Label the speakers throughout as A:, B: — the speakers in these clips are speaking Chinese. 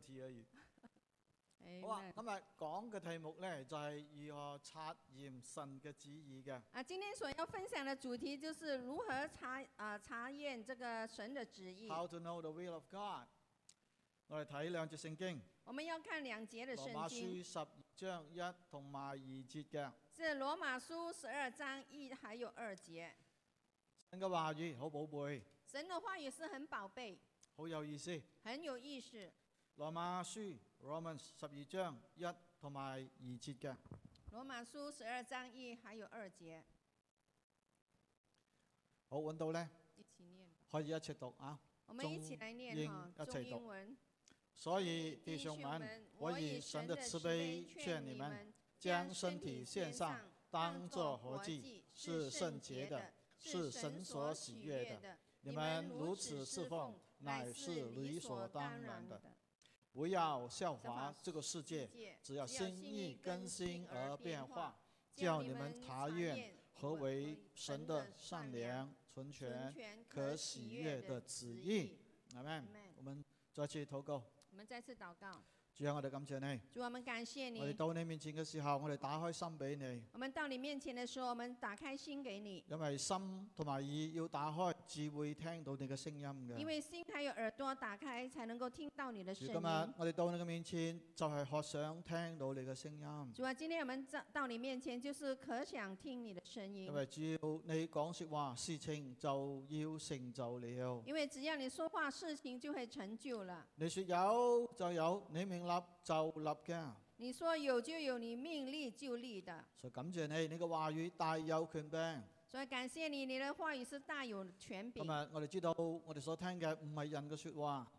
A: 次而已。好啊，
B: Amen
A: 今日講嘅題目呢，就係、如何察驗神嘅旨意嘅。
B: 啊，今天所要分享的主题就是如何查啊、查验这个神的旨意。
A: How to know the will of God？我哋睇兩節聖經，
B: 我们要看两节的
A: 羅
B: 圣
A: 馬
B: 经，
A: 書十二章一同埋二節嘅。
B: 是罗马书十二章一还有二节。
A: 神嘅話語好寶貝，
B: 神的话语是很宝贝，
A: 好有意思。
B: 很有意思。
A: 羅馬書 Romans 十二章一同埋二節嘅。
B: 罗马书十二章一还有二节，
A: 好揾到呢，
B: 一起念吧。
A: 可以一齊讀啊。
B: 我们一起来念
A: 英
B: 哈
A: 一，
B: 中
A: 起读
B: 英文。
A: 所以弟兄
B: 们
A: 們，，我以神的慈悲劝你们，将身体献上，當作活祭，是聖潔的，是神所喜悅的。
B: 的。
A: 你們如此侍奉，乃是理所當然的。不要效法这个世界，
B: 界
A: 只要心意更新而变化，，
B: 叫
A: 叫你们察验何为神的善良、纯全、
B: 全
A: 可喜悦的旨意。。阿门。
B: Amen
A: 我們再次禱告，
B: 我们再次祷告，
A: 主啊，我哋感謝你。
B: 主，我们感谢
A: 我哋
B: 你。
A: 到你面前嘅時候，我哋打開心俾你，
B: 我们到你面前的时候，我们打开心给你，
A: 因為心同埋耳要打開，至會聽到你嘅聲音嘅。
B: 因为心还有耳朵打开，才能够听到你的
A: 主
B: 声
A: 今日
B: 音。
A: 我哋到你嘅面前，就係渴想聽到你嘅聲音，
B: 主啊，今天我们到到你面前，就是可想聽你的声音
A: 因，為只要你講说話，事情就要成就了。
B: 因为只要你说话，事情就会成就了。
A: 你说有就有，你命立就立嘅。
B: 你说有就有，你命立就立的。
A: 所以感謝你，你嘅話語大有權柄。
B: 所以感谢你，你的话语是大有权
A: 今
B: 柄
A: 日。我哋知道，我哋所聽嘅唔係人嘅说話，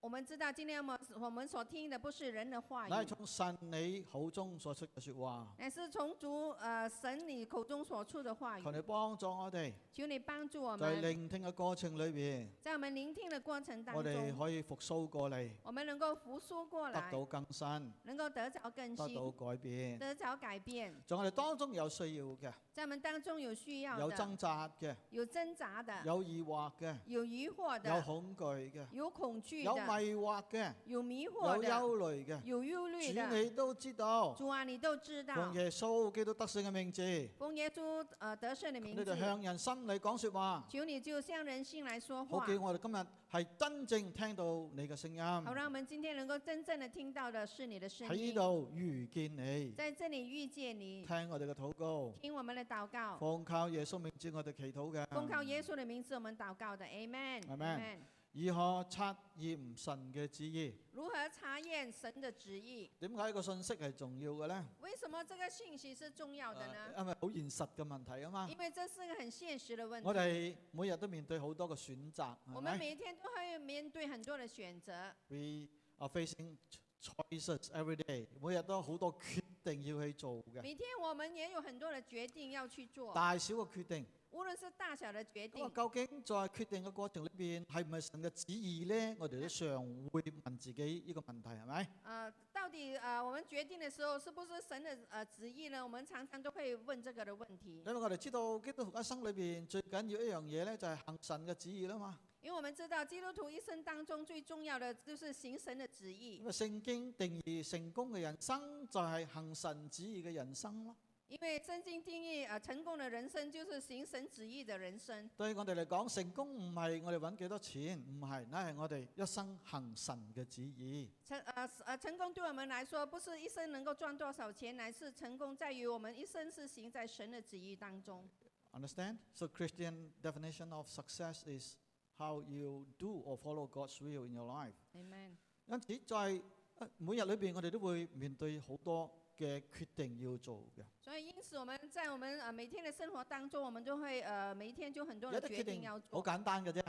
B: 我们知道，今天我们我们所听的不是人的话
A: 乃係
B: 语，
A: 從神你口中所出嘅说話。
B: 乃是从主呃神你口中所出的话语
A: 求。你幫助我哋，
B: 求你帮助我
A: 在
B: 们，
A: 聆聽嘅過程裏边，
B: 在我们聆听的过程当
A: 我哋
B: 中，
A: 可以復甦過嚟，
B: 我们能够复苏过
A: 得
B: 来，
A: 到更新，
B: 能够得着更
A: 得到
B: 新，
A: 改變。
B: 得着改变。
A: 在我哋當中有需要嘅，
B: 在我们当中有需要
A: 有
B: 的，
A: 掙扎嘅，
B: 有挣扎的，
A: 有疑惑嘅，
B: 有疑惑
A: 有
B: 的，
A: 恐懼嘅，
B: 有恐惧
A: 有
B: 的，
A: 迷惑嘅，
B: 有迷惑
A: 有
B: 的，
A: 憂慮嘅。
B: 有忧虑
A: 主
B: 的。
A: 你都知道，
B: 主啊，你都知道
A: 奉。耶穌基督得勝嘅名字，
B: 奉耶稣呃得胜的
A: 你
B: 名
A: 哋
B: 字，
A: 向人心裏講说話，
B: 求你就向人性来说
A: 好
B: 话。
A: 叫我哋今日係真正聽到你嘅聲
B: 好，
A: 音，
B: 让我们今天能够真正的听到的是你的声
A: 喺呢
B: 音，
A: 度遇見你，
B: 在这里遇见你，
A: 聽我哋嘅禱告，
B: 听我们的祷告，
A: 奉靠耶穌名字我哋祈禱
B: 奉靠耶
A: 嘅，
B: 稣的名字，我们祷告的，Amen。
A: Amen 以可測驗神嘅旨意。
B: 如何查验神的旨意？
A: 點解個信息係重要嘅呢？
B: 为什么这个信息是重要的呢？
A: 啊因為好現實嘅問題啊嘛。
B: 因为这是个很现实的问
A: 我
B: 题。
A: 哋哎每日都面對好多嘅選擇，係
B: 我们
A: 咪
B: 每一天都会面对很多的选择，
A: ？We are facing choices every day，每日都好多決定要去做嘅，
B: 每天我们也有很多的决定要去做，
A: 大小嘅決定。
B: 无论是大小的决
A: 咁啊
B: 定，。
A: 究竟在決定嘅過程裏邊係唔係神嘅旨意呢？我哋都常會問自己呢個問題，係咪？
B: 呃，到底呃，我们决定的时候是不是神的呃旨意呢？我们常常都会问这个的问题
A: 因，為我哋知道基督徒一生裏邊最緊要一樣嘢呢，就係行神嘅旨意啦嘛。
B: 因为我们知道基督徒一生当中最重要的就是行神的旨意
A: 因，為聖經定義成功嘅人生就係行神旨意嘅人生咯。
B: 因为圣经定义呃成功的人生就是行神旨意的人生。
A: 對我哋嚟講，成功唔係我哋揾幾多錢，唔係，乃係我哋一生行神嘅旨意。
B: 成呃呃成功对我们来说，不是一生能够赚多少钱，乃是成功在于我们一生是行在神的旨意当中。
A: Understand? So Christian definition of success is how you do or follow God's will in your life.
B: Amen。
A: 因此在呃每日裏邊，我哋都會面對好多嘅決定要做嘅。
B: 所以，因此我们在我们呃每天的生活当中，我们就会呃每一天就很多
A: 有
B: 的
A: 啲
B: 决
A: 決
B: 定
A: 定
B: 要
A: 好
B: 做。
A: 簡單嘅啫，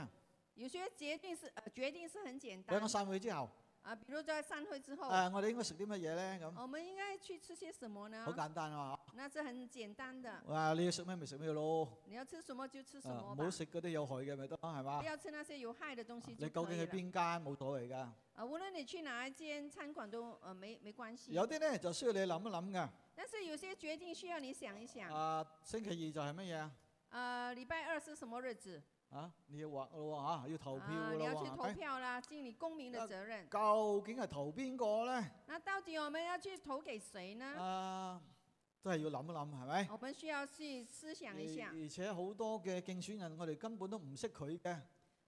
B: 有些决定是呃决定是很简
A: 兩
B: 单
A: 個散會之後，
B: 啊，比如在散会之
A: 誒、
B: 后，
A: 我哋應該食啲乜嘢咧？咁
B: 我们应该去吃些什么呢
A: 好？簡單啊嘛
B: 那是很简单的，
A: 哇！你要食咩咪食咩咯，
B: 你要吃什么就吃什
A: 啊
B: 么
A: 唔
B: 吧
A: 好，食嗰啲有害嘅咪得咯，係嘛
B: 不？要吃那些有害的东西
A: 啊你
B: 就
A: 究
B: 可
A: 竟
B: 以
A: 去
B: 了。
A: 邊間冇所謂㗎？
B: 啊，无论你去哪一间餐馆都呃没没关系。
A: 有啲咧就需要你諗一諗嘅。
B: 但是有些
A: À,
B: 决定需要你想一想。
A: 啊，星期二就係乜嘢啊？
B: 呃，礼拜二是什么日子？
A: 啊，你話咯喎嚇，要投票哎
B: 啊，
A: 噶
B: 你
A: 啦
B: 要去投
A: 喎，
B: 票啦，盡你公民的责任。
A: 究竟係投邊個咧？
B: 那到底我们要去投给谁呢？
A: 啊，都係要諗一諗，係咪？
B: 我们需要去思想一下
A: 而。而且好多嘅競選人，我哋根本都唔識佢嘅。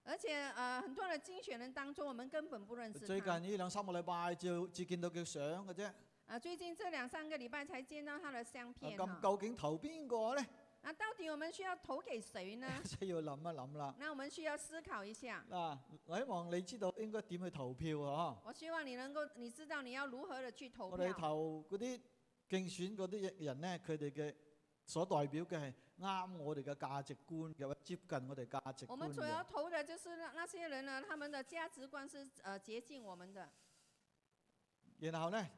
B: 而且呃，很多的竞选人当中，我们根本不认识
A: 最近
B: 他。
A: 呢兩三個禮拜，就只見到佢相嘅啫。啊
B: 啊，最近这两三个礼拜才见到他的相片
A: 咁
B: 哈。
A: 究竟投邊個咧？
B: 那到底我们需要投给 谁呢？
A: 即係要諗一諗啦。
B: 那我们需要思考一下。
A: 嗱，我希望你知道應該點去投票啊！
B: 我希望你能够，你知道你要如何的去投
A: 我哋
B: 票。
A: 投嗰啲競選嗰啲人咧，佢哋嘅所代表嘅係啱我哋嘅價值觀嘅，或者接近我哋價值
B: 我
A: 觀
B: 们所要
A: 嘅。
B: 投的就是那那些人啊呢，他们的价值观是呃接近我们的，
A: 然後咧，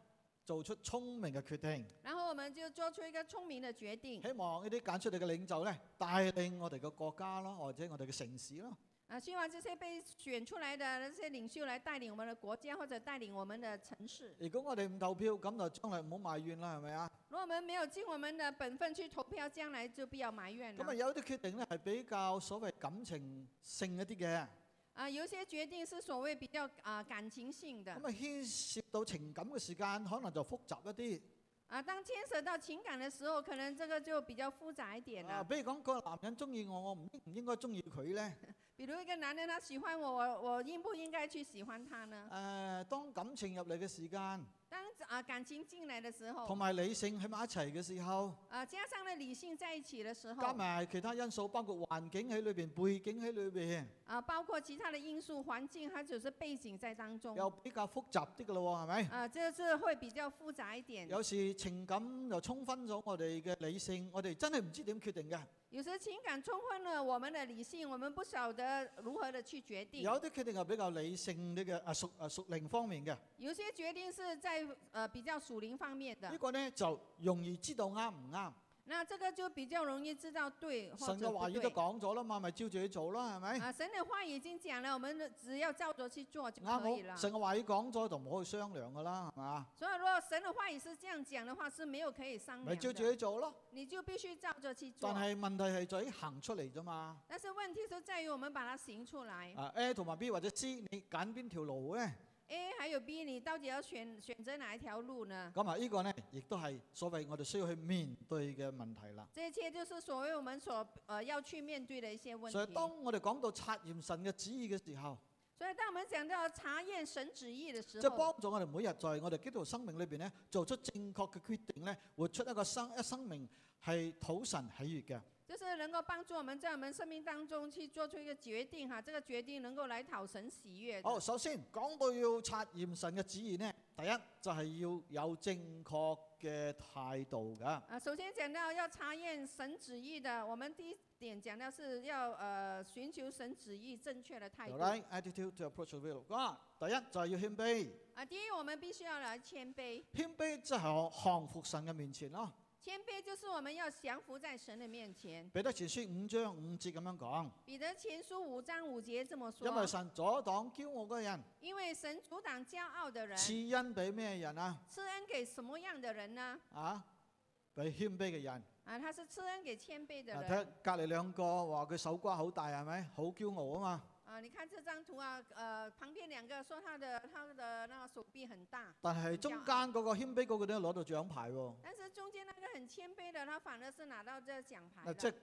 A: 做出聰明嘅決定。
B: 然后我们就做出一个聪明的决定。
A: 希望呢啲揀出嚟嘅領袖咧，帶領我哋嘅國家咯，或者我哋嘅城市咯。
B: 啊，希望这些被选出来的那些领袖来带领我们的国家或者带领我们的城市。
A: 如果我哋唔投票，咁就將來唔好埋怨啦，係咪啊？
B: 如果我们没有尽我们的本分去投票，将来就不要埋怨
A: 咁啊，
B: 了。
A: 有啲決定咧係比較所謂感情性一啲嘅，
B: 啊，有一些决定是所谓比较啊、感情性的
A: 咁啊牽涉到情感嘅時間，可能就複雜一
B: 啊，当牵涉到情感的时候，可能这个就比较复杂一点
A: 啲。
B: 了。
A: 啊，比如講個男人中意我，我唔應唔應該中意佢咧？
B: 比如一个男人他喜欢我，我我应不应该去喜欢他呢
A: 誒、？當感情入嚟嘅時間，
B: 当啊、感情进来的时
A: 同
B: 候，
A: 埋理性喺埋一齊嘅時候，
B: 啊加上了理性在一起的时
A: 加
B: 候，
A: 埋其他因素，包括環境喺裏邊、背景喺裏邊，
B: 啊包括其他的因素、环境，还有就是背景在当中，
A: 又比較複雜啲嘅咯喎，係咪？
B: 啊这是会比较复杂一点。
A: 有時情感又沖昏咗我哋嘅理性，我哋真係唔知點決定嘅。
B: 有时情感冲昏了我们的理性，我们不晓得如何的去决定。
A: 有啲決定係比較理性啲嘅，啊屬啊屬靈方面嘅，
B: 有些决定是在呃比较属灵方面
A: 呢
B: 的，
A: 個呢就容易知道啱唔啱。
B: 那这个就比较容易知道对或
A: 神
B: 者
A: 嘅話
B: 不
A: 語都
B: 对。
A: 講咗啦嘛，咪照住去做啦，係咪？
B: 啊，神的話已經講了，我们只要照着去做就可以
A: 啱
B: 了
A: 好，。神嘅話語講咗就唔好去商量噶啦，係嘛？
B: 所以，如果神的话也是这样讲的话，是没有可以商
A: 咪
B: 量
A: 照住
B: 的，
A: 去做咯。
B: 你就必须照着去做
A: 但。係問題係在於行出嚟啫嘛。
B: 但是问题是在于我们把它行出来。
A: 啊 A 同埋 B 或者 C，你揀邊條路呢？
B: A 还有 B，你到底要选选择哪一条路呢？
A: 咁啊，呢個呢，亦都係所謂我哋需要去面對嘅問題啦。
B: 这一切就是所谓我们所呃要去面对的一些问
A: 所以
B: 题。
A: 當我哋講到察驗神嘅旨意嘅時候，
B: 所以，当我们讲到查验神旨意的时
A: 即係
B: 候，
A: 幫助我哋每日在我哋基督徒生命裏邊咧，做出正確嘅決定咧，活出一個生一生命係討神喜悅嘅。
B: 就是能够帮助我们在我们生命当中去做出一个决定哈，这个决定能够来讨神喜悦的。
A: 好，首先講到要察驗神嘅旨意呢，第一就係要有正確嘅態度㗎。
B: 啊，首先讲到要查验神旨意的，我们第一点讲到是要呃寻求神旨意正确的态度。
A: 由 right attitude to approach the will。啊，第一就係要謙卑，
B: 啊，第一我们必须要来谦卑，
A: 謙卑即係降服神嘅面前咯。
B: 谦卑就是我们要降服在神的面前。
A: 彼得前書五章五節咁樣講，
B: 彼得前书五章五节这么
A: 因為
B: 说，
A: 神阻擋驕傲嘅人，
B: 因为神阻挡骄傲的人，
A: 賜恩俾咩人啊？
B: 赐恩给什么样的人呢？
A: 啊，俾謙卑嘅人。
B: 啊，他是赐恩给谦卑的
A: 嗱，啊睇
B: 人。
A: 隔離兩個話佢手瓜好大係咪？好驕傲啊嘛！
B: 啊，你看这张图啊，呃，旁边两个说他的他的那个手臂很大，
A: 但係中間嗰個謙卑嗰個咧攞到獎牌喎。
B: 但是中间那个很谦卑的，他反而是拿到这奖牌
A: 嗱，
B: 了。
A: 啊即係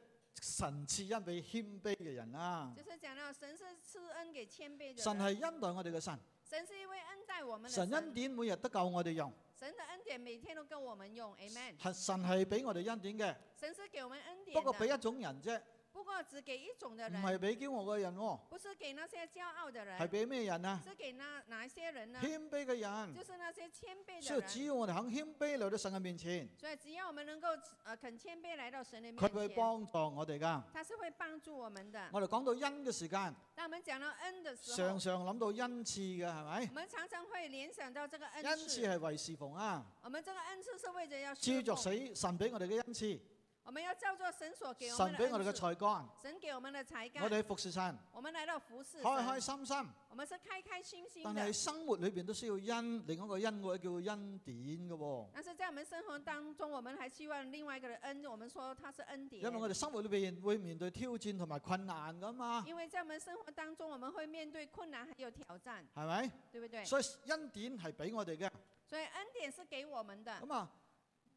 A: 神賜恩俾謙卑嘅人啦。
B: 就是讲到神是赐恩给谦卑的
A: 神
B: 人，
A: 係恩待我哋嘅神，
B: 神是一位恩待我们的
A: 神恩典每日都夠我哋用。
B: 神的恩典每天都够我们用，amen。
A: 係神係俾我哋恩典嘅，
B: 神是给我们恩典
A: 不嗯
B: 的，
A: 過俾一種人啫，
B: 不過只给一种的
A: 唔
B: 人，
A: 係俾驕傲嘅人喎，
B: 不是给那些驕傲的
A: 係
B: 人，
A: 俾咩人啊？
B: 是给那哪一些人呢？
A: 謙卑嘅人
B: 就。是那些谦卑
A: 所以
B: 的
A: 只
B: 人。
A: 要我哋肯謙卑嚟到神嘅面前，
B: 所以只要我们能够呃肯谦卑来到神的
A: 佢會
B: 面前，
A: 幫助我哋㗎。
B: 他是会帮助我们的。
A: 我哋講到恩嘅時間，
B: 当我们讲到恩的时
A: 常
B: 候，
A: 常諗到恩賜嘅係咪
B: 我？们常常会联想到这个
A: 恩
B: 恩
A: 賜
B: 赐。
A: 係為侍奉啊，
B: 我们这个恩赐是为着要
A: 照
B: 侍
A: 着
B: 奉
A: 死神俾我哋嘅恩賜，
B: 我们要照着神所给我
A: 神
B: 们的
A: 俾我哋嘅
B: 恩赐，
A: 才幹，
B: 神给我们的才干
A: 我，哋去服侍神，
B: 我们来到服侍
A: 開
B: 神，
A: 開心心。
B: 我们是开开心心
A: 但係
B: 的。
A: 生活裏邊都需要恩，另一個恩愛叫恩典嘅喎。
B: 但是在我们生活当中，我们还希望另外一个人恩，我们说他是恩典
A: 因。為我哋生活裏邊會面對挑戰同埋困難噶嘛，
B: 因为在我们生活当中，我们会面对困难还有挑战，
A: 係咪？
B: 对不对？
A: 所以恩典係俾我哋嘅。
B: 所以恩典是给我们的。
A: 咁啊，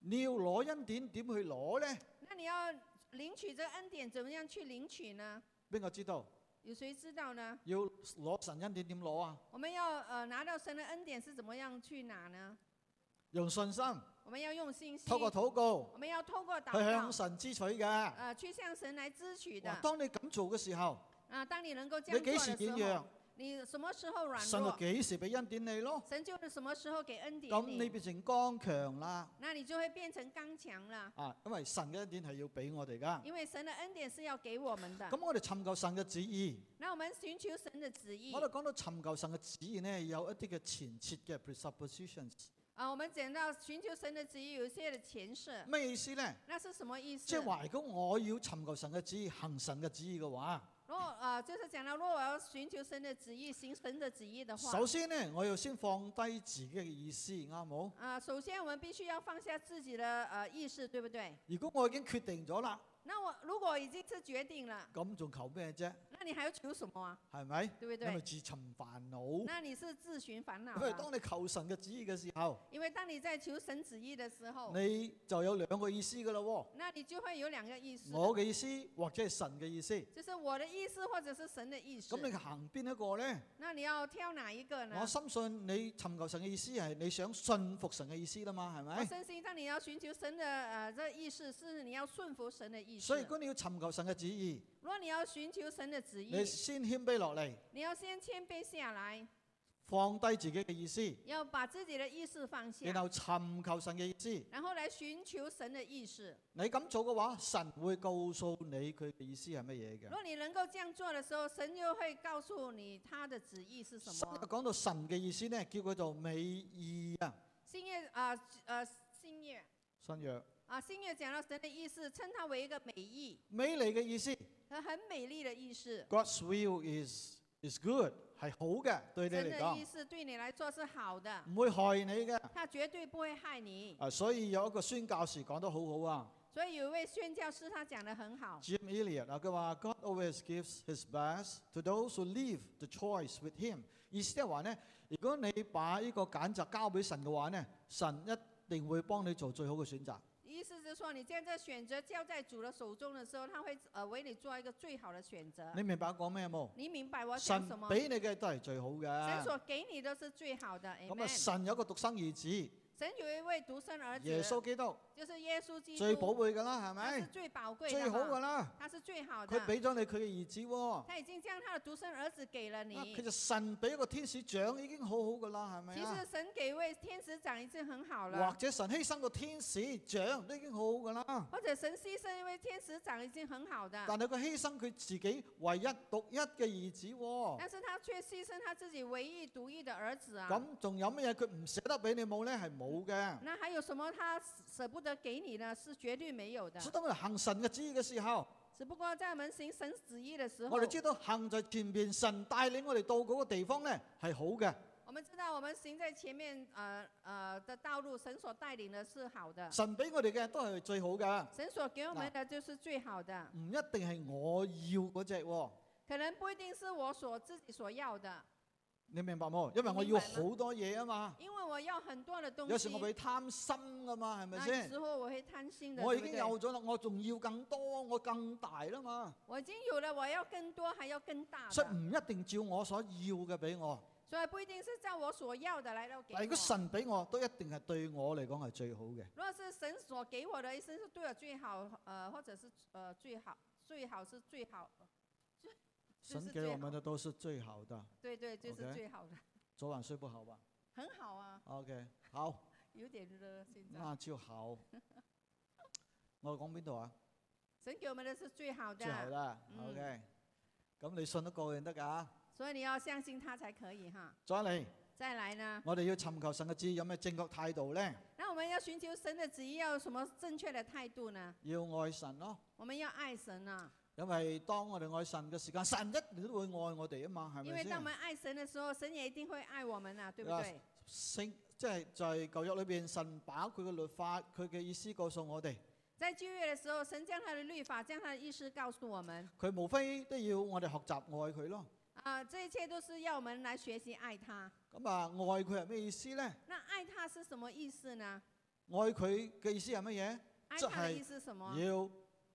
A: 你要攞恩典點去攞呢？
B: 那你要领取这恩典，怎么样去领取呢？
A: 邊個知道？
B: 有谁知道呢？
A: 要攞神恩典點攞啊？
B: 我们要呃拿到神的恩典是怎么样去拿呢？
A: 用信心，
B: 我们要用信心，
A: 透過禱告
B: 我们要透过祷
A: 去向
B: 告，
A: 神支取嘅。
B: 呃，去向神来支取的
A: 哇！。當你咁做嘅時候，
B: 啊，当你能够这
A: 你
B: 样
A: 幾
B: 做
A: 時
B: 的
A: 點
B: 时候
A: 樣，，
B: 你什么时候软
A: 啊神就
B: 弱，
A: 幾時俾恩典你咯。
B: 神就是什么时候给恩
A: 咁
B: 典
A: 你
B: 你，
A: 變成剛強啦。
B: 那你就会变成刚强了。
A: 啊，因為神嘅恩典係要俾我哋噶。
B: 因为神的恩典是要给我们的
A: 咁，我哋尋求神嘅旨意，
B: 那我们寻求神的旨意
A: 我。哋講到尋求神嘅旨意呢，有一啲嘅前設嘅 presuppositions。
B: 啊，我们讲到寻求神的旨意，有一些的前设，
A: 咩意思呢？
B: 那是什么意思？
A: 即係話，如果我要尋求神嘅旨意，行神嘅旨意嘅話，
B: 如果呃，就是讲到，如果我要寻求神的旨意，行神的旨意的话，
A: 首先呢，我要先放低自己嘅意思，啱冇？
B: 啊、首先我们必须要放下自己的呃意识，对不对？
A: 如果我已經決定咗啦，
B: 那我如果已经是决定了，
A: 咁仲求咩啫？
B: 那你还要求什么啊？
A: 係咪？
B: 对不
A: 因為
B: 对？
A: 自尋煩惱。
B: 那你是自寻烦恼
A: 因為
B: 了。
A: 當你求神嘅旨意嘅時候，
B: 因为当你在求神旨意的时候，
A: 你就有兩個意思噶啦喎。
B: 那你就会有两个意思，
A: 我嘅意思或者係神嘅意思。
B: 就是我的意思或者是神的意思
A: 咁。你行邊一個呢？
B: 那你要挑哪一个呢
A: 我？深信你尋求神嘅意思係你想信服神嘅意思啦嘛，係
B: 我
A: 咪？
B: 深信，当你要寻求神的呃这意思，是你要顺服神的意思
A: 所。以如果你要尋求神嘅旨意，
B: 如果你要寻求神的旨意，
A: 你先謙卑落嚟，
B: 你要先谦卑下来，
A: 放低自己嘅意思，
B: 要把自己的意识放下，
A: 然後尋求神嘅意思。
B: 然后来寻求神的意识。
A: 你咁做嘅話，神會告訴你佢嘅意思係乜嘢
B: 如
A: 嘅。
B: 果你能够这样做的时候，神就会告诉你他的旨意是什
A: 神又
B: 么。
A: 講到神嘅意思呢，叫佢做美意啊。
B: 新月啊呃新月
A: 新約
B: 啊新月讲到神的意思，称它为一个美意
A: 美麗嘅意思
B: 和很美丽的意思。
A: ，God's will is is good 係好嘅，對你
B: 神
A: 嚟
B: 的意
A: 講
B: 思对你来说是好的，
A: 唔會害你嘅。
B: 它绝对不会害你。
A: 啊，所以有一個宣教士講得好好啊。
B: 所以有一位宣教师他讲的很好，
A: à. Jim Elliot 啊，佢話 God always gives his best to those who leave the choice with Him。意 à, 思即係話呢，如果你把呢個揀擇交俾神嘅話呢，神一定會幫你做最好嘅選擇。
B: 意思是说你将这选择交在主的手中的时候，他会呃为你做一个最好的选择。
A: 你明白我講咩冇？
B: 你明白我讲
A: 神
B: 什么？
A: 俾你嘅都係最好
B: 神
A: 嘅。
B: 所给你都是最好的。
A: 咁啊，
B: Amen。
A: 神有一個獨生兒子
B: 神有一位独生儿子，
A: 耶穌基督，
B: 就是耶稣基督，
A: 最寶貝㗎啦，係
B: 他是
A: 咪？
B: 最宝贵
A: 最
B: 的
A: 好
B: 嘛，
A: 㗎啦，
B: 他是最好
A: 佢
B: 的。
A: 俾咗你佢嘅兒子喎。
B: 他已经将他的独生儿子给了
A: 啊
B: 你。
A: 其實神俾一個天使長已經好好㗎啦，係咪
B: 其
A: 啊
B: 实？神给一位天使长已经很好
A: 或
B: 了，
A: 者神犧牲個天使長都已經好好㗎啦。
B: 或者神牺牲一位天使长已经很好的，
A: 但係佢犧牲佢自己唯一獨一嘅兒子喎，
B: 但是他却牺牲他自己唯一独一的儿子啊。
A: 咁仲有乜嘢佢唔捨得俾你冇呢？係冇嘅。
B: 那还有什么他舍不得给你呢？是绝对没有的。
A: 所以當我哋行神嘅旨意嘅時候，
B: 只不过在我们行神旨意的时候，
A: 我哋知道行在前面，神帶領我哋到嗰個地方呢係好嘅。
B: 我们知道我们行在前面呃呃的道路，神所带领的是好的，
A: 神俾我哋嘅都係最好嘅，
B: 神所给我
A: 啊
B: 们的就是最好的，
A: 唔一定係我要嗰只喎。
B: 可能不一定是我所自己所要的，
A: 你明白冇？因為我
B: 明
A: 要
B: 白嗎
A: 好多嘢啊嘛，
B: 因为我要很多的东
A: 有時
B: 西
A: 我，會貪心噶嘛，係咪
B: 那
A: 先？
B: 时候我会贪心的，
A: 我已
B: 对不
A: 經
B: 对
A: 有咗啦，我仲要更多，我更大啦嘛，
B: 我已经有了，我要更多，还要更大的，
A: 所以唔一定照我所要嘅俾我。
B: 所以不一定是照我所要的来到给我。
A: 但如果神俾我，都一定係對我嚟講係最好嘅。
B: 如果是神所给我的一生是对我最好，呃，或者是呃最好，最好是最好，就是
A: 神给我们的都是最好的，
B: 对对，就是
A: OK
B: 最好的
A: 昨晚睡不好吧
B: 很好啊，
A: ？OK，好，
B: 有点热现在。
A: 那就 好。我講邊度啊？
B: 神给我们的是最好的，
A: 最好啦。
B: 嗯
A: OK，咁你信得過先得㗎。
B: 所以你要相信他才可以哈。
A: 再嚟，
B: 再来呢，
A: 我哋要尋求神嘅旨意，有咩正確態度呢？
B: 那我们们要寻求神的旨意，要有什么正确的态度呢？
A: 要愛神咯。
B: 我们要爱神啊，
A: 因為當我哋愛神嘅時間，神一定都會愛我哋啊嘛，係
B: 因
A: 咪
B: 为
A: 先？
B: 当我们爱神的时候，神也一定会爱我们啊，对不
A: 啊
B: 对？
A: 聖即係在舊約裏边，神把佢嘅律法、佢嘅意思告訴我哋，
B: 在旧约的时候，神将他的律法、将他的意思告诉我们
A: 佢無非都要我哋學習愛佢咯。
B: 啊，这一切都是要我们来学习爱他。
A: 咁啊，愛佢係咩意思呢？
B: 那爱他是什么意思呢？
A: 愛佢嘅意思係乜嘢？
B: 爱
A: 这
B: 他的
A: 还
B: 意思是什么？
A: 要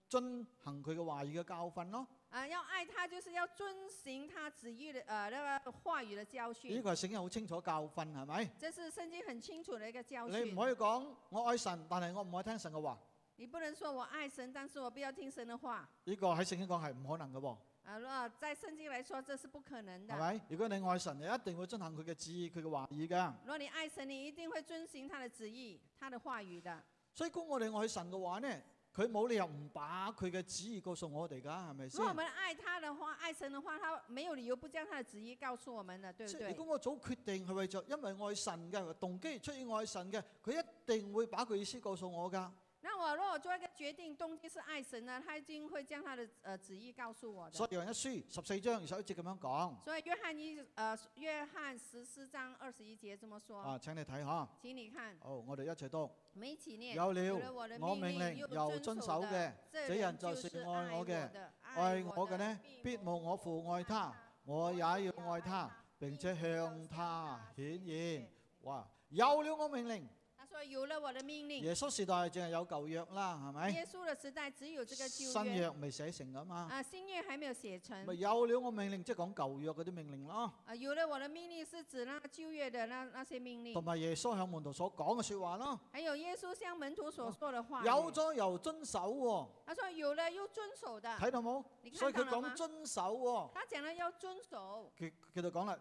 A: 遵行佢嘅話語嘅教訓咯。
B: 啊，要爱他就是要遵行他旨意的呃那个话语的教
A: 呢
B: 训，
A: 個係聖經好清楚教訓，係咪？
B: 这是圣经很清楚的一个教
A: 你
B: 训
A: 唔。可以講我愛神，但係我唔愛聽神嘅話。
B: 你不能说我爱神，但是我不要听神的话。
A: 呢、個喺聖經講係唔可能嘅喎，
B: 啊，那在圣经来说，这是不可能
A: 係
B: 的。
A: 咪？如果你愛神，你一定會遵行佢嘅旨意、佢嘅話語嘅。
B: 如果你爱神，你一定会遵行他的旨意、他的话语的。
A: 所以講我哋愛神嘅話呢，佢冇理由唔把佢嘅旨意告訴我哋㗎，係咪
B: 如果我
A: 先？
B: 们爱他的话，爱神的话，他没有理由不将他的旨意告诉我们的，对不
A: 即係如
B: 对？
A: 果我早決定係為着因為愛神嘅動機出於愛神嘅，佢一定會把佢意思告訴我㗎。
B: 那我如果做一个决定，动机是爱神呢，他一定会将他的呃旨意告诉我的。
A: 所以約翰一書十四章二十一節咁樣講
B: 所以约翰一呃，约翰十四章二十一节这么说，
A: 啊，請你睇下。
B: 请你看，
A: 好，我哋一齊讀。
B: 我们一起念。
A: 有
B: 有
A: 了
B: 了我的
A: 我
B: 命
A: 命令又
B: 又
A: 遵
B: 遵
A: 守嘅
B: 的，，
A: 這
B: 这
A: 人
B: 人
A: 就
B: 就是是
A: 愛
B: 爱
A: 我
B: 我
A: 嘅
B: 的，
A: 愛
B: 爱
A: 我嘅呢，必
B: 必
A: 無我父愛他，我也要愛他，並且向他顯現。哇！有了我命令，
B: 他说有了我的命令。
A: 耶穌時代淨係有舊約啦，係咪？
B: 耶穌的时代只有这个旧
A: 新
B: 约
A: 約未寫成噶嘛？
B: 啊，新约还没有写成
A: 咪有了我命令，即係講舊約嗰啲命令咯，
B: 啊。有了我的命令是指那旧约的那那些命
A: 同
B: 令，
A: 埋耶穌向門徒所講嘅说話咯。
B: 还有耶穌向門徒所说的话语。
A: 有咗又遵守喎，
B: 他说有了又遵守的，
A: 睇到冇？
B: 啊你
A: 所以
B: 看
A: 佢
B: 到了
A: 講
B: 吗？
A: 遵守喎，
B: 他讲了要遵守，
A: 佢佢就講啦，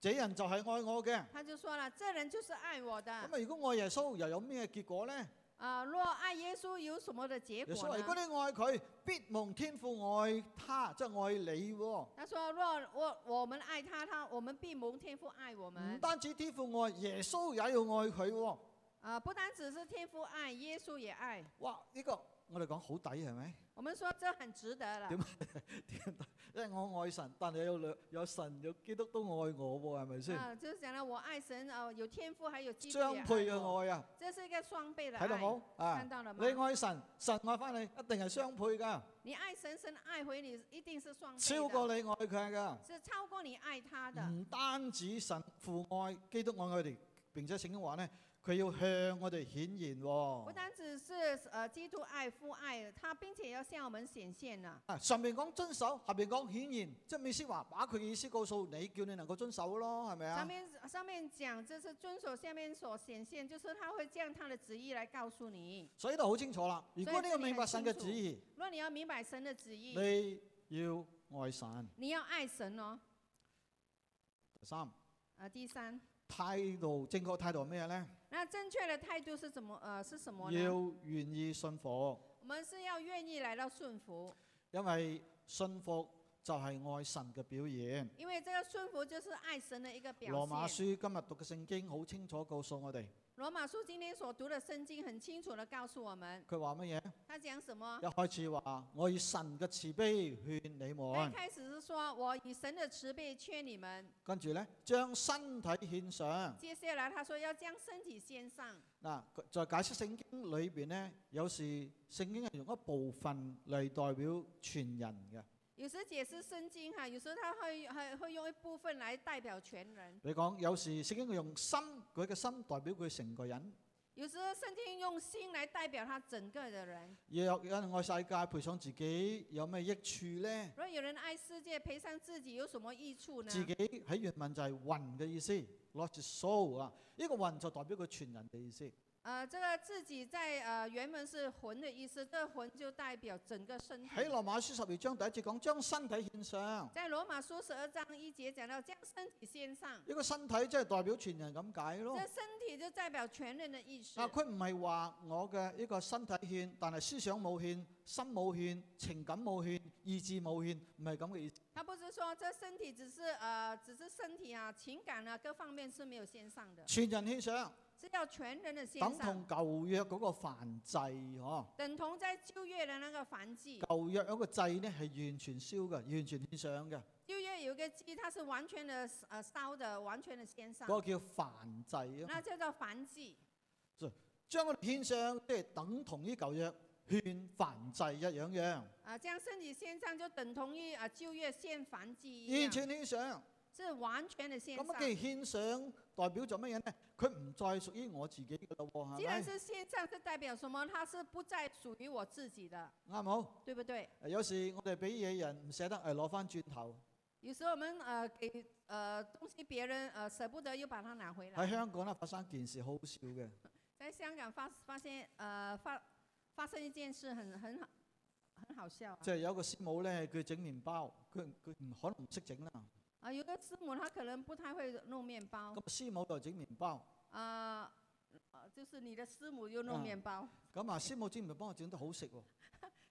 A: 這人就係愛我嘅。
B: 他就说了，这人就是爱我的
A: 咁。啊，如果愛耶穌又有咩結果呢？
B: 啊，若爱耶穌有什么的结
A: 耶穌話：
B: 果
A: 如果
B: 呢？
A: 你愛佢，必蒙天父愛他，即係愛你喎。
B: 他说：若我我们爱他，他我们必蒙天父爱我
A: 唔
B: 们。
A: 單止天父愛，耶穌也要愛佢喎。
B: 啊，不单只是天父爱，耶穌也爱。
A: 哇！呢、個我哋講好抵係咪？
B: 我们说这很值得了
A: 點。因為我愛神，但係有兩有神有基督都愛我喎，係咪先？
B: 啊，就是讲了我爱神哦、有天赋，还有基督
A: 雙
B: 也爱
A: 倍
B: 我，
A: 嘅愛啊，
B: 这是一个双倍的爱，
A: 睇到冇啊
B: 看？到了
A: 你
B: 吗？
A: 愛神，神愛翻你，一定係雙倍噶，
B: 你爱神，神爱回你，一定是双倍
A: 超嗯過
B: 的，
A: 你愛佢噶。
B: 是超过你爱他的。
A: 唔單止神父愛基督愛我哋，並且聖經話呢，佢要向我哋顯現喎
B: 不。单只是呃基督爱父爱他，并且要向我们显现呢、
A: 啊，上面講遵守，下面講顯現，即係意思話把佢嘅意思告訴你，叫你能夠遵守咯，係咪
B: 上
A: 啊？
B: 面上面讲这是遵守，下面所显现就是他会将他的旨意来告诉你。
A: 所以就好清楚啦。如果
B: 所以
A: 你
B: 這
A: 要
B: 裡
A: 明白
B: 很
A: 神
B: 清
A: 嘅
B: 楚
A: 旨意，
B: 若你要明白神的旨意，
A: 你要愛神。
B: 你要爱神哦。
A: 第三，
B: 呃，第三，
A: 態度正確態度係咩呢？
B: 那正确的态度是怎么呃是什么呢？
A: 要願意信服，
B: 我们是要愿意来到顺服，
A: 因為信服就係愛神嘅表現。
B: 因为这个顺服就是爱神的一个表
A: 羅馬
B: 现。
A: 書今日讀嘅聖經好清楚告訴我哋，
B: 罗马书今天所读的圣经很清楚的告诉我们，
A: 佢話乜嘢？
B: 他讲什么
A: 一？開始話我以神嘅慈悲勸你
B: 他一
A: 們，
B: 开始是说我以神的慈悲劝你们，
A: 跟住呢，將身體獻上。
B: 接下来他说要将身体献上。
A: 嗱，佢在解釋聖經裏邊呢，有時聖經係用一部分嚟代表全人嘅。
B: 有时解释圣经哈，有时他会会会用一部分来代表全人，
A: 你講有時聖經佢用心，佢嘅心代表佢成個人。
B: 有时圣经用心来代表他整个的人。
A: 若有人愛世界，賠上自己，有咩益處呢？
B: 若有人爱世界，赔上自己有什么益处呢？
A: 自己喺原文就係魂嘅意思，lost soul 啊。呢個魂就代表佢全人嘅意思。
B: 呃，这个自己在呃原文是魂的意思，这魂就代表整个身体
A: 喺。羅馬書十二章第一節講將身體獻上，呢、
B: 在罗马书十二章一节讲到将身体献上，
A: 個身體即係代表全人咁解咯
B: 这。身体就代表全人的意思
A: 哦啊！。佢唔係話我嘅呢個身體欠，但係思想冇欠，心冇欠，情感冇欠，意志冇欠，唔係咁嘅意思。
B: 他不是说这身体只是呃只是身体啊情感啊各方面是没有献上的，
A: 全人獻上，
B: 是要全人的献
A: 等
B: 上，
A: 同舊約嗰個燔祭嗬。
B: 等同在旧约的那个燔祭。
A: 舊約有一個祭呢係完全燒嘅，完全獻上嘅，
B: 旧约有一个祭，它是完全的呃烧的，完全的献上
A: 嗰、，個叫燔祭啊。
B: 那叫做燔祭。
A: 將我哋獻上，即係等同於舊約獻燔祭一樣樣，
B: 啊，将身体献上就等同于啊旧约献燔祭一
A: 完
B: 样，
A: 全獻上。
B: 是完全的献
A: 咁
B: 上
A: 啊，既。然獻上代表咗乜嘢呢？佢唔再屬於我自己嘅咯喎，
B: 既
A: 係
B: 然
A: 咪？
B: 是献上，是代表什么？它是不再属于我自己的，
A: 啱好。
B: 对不对？
A: 有時我哋俾嘢人唔捨得，誒攞翻轉頭。
B: 有时候我们呃给呃东西别人呃舍不得，又把它拿回
A: 喺
B: 来。
A: 香港咧發生件事好好笑嘅，
B: 在香港发发现呃发发生一件事很很好很好笑啊！
A: 即係有一個師母咧，佢整麵包，佢佢唔可能唔識整啦。
B: 啊，有个师母她可能不太会弄面包
A: 咁，啊師母就整麵包，
B: 啊、呃，就是你的师母又弄
A: 啊
B: 面包，
A: 咁啊師母整麵包我整得好食喎，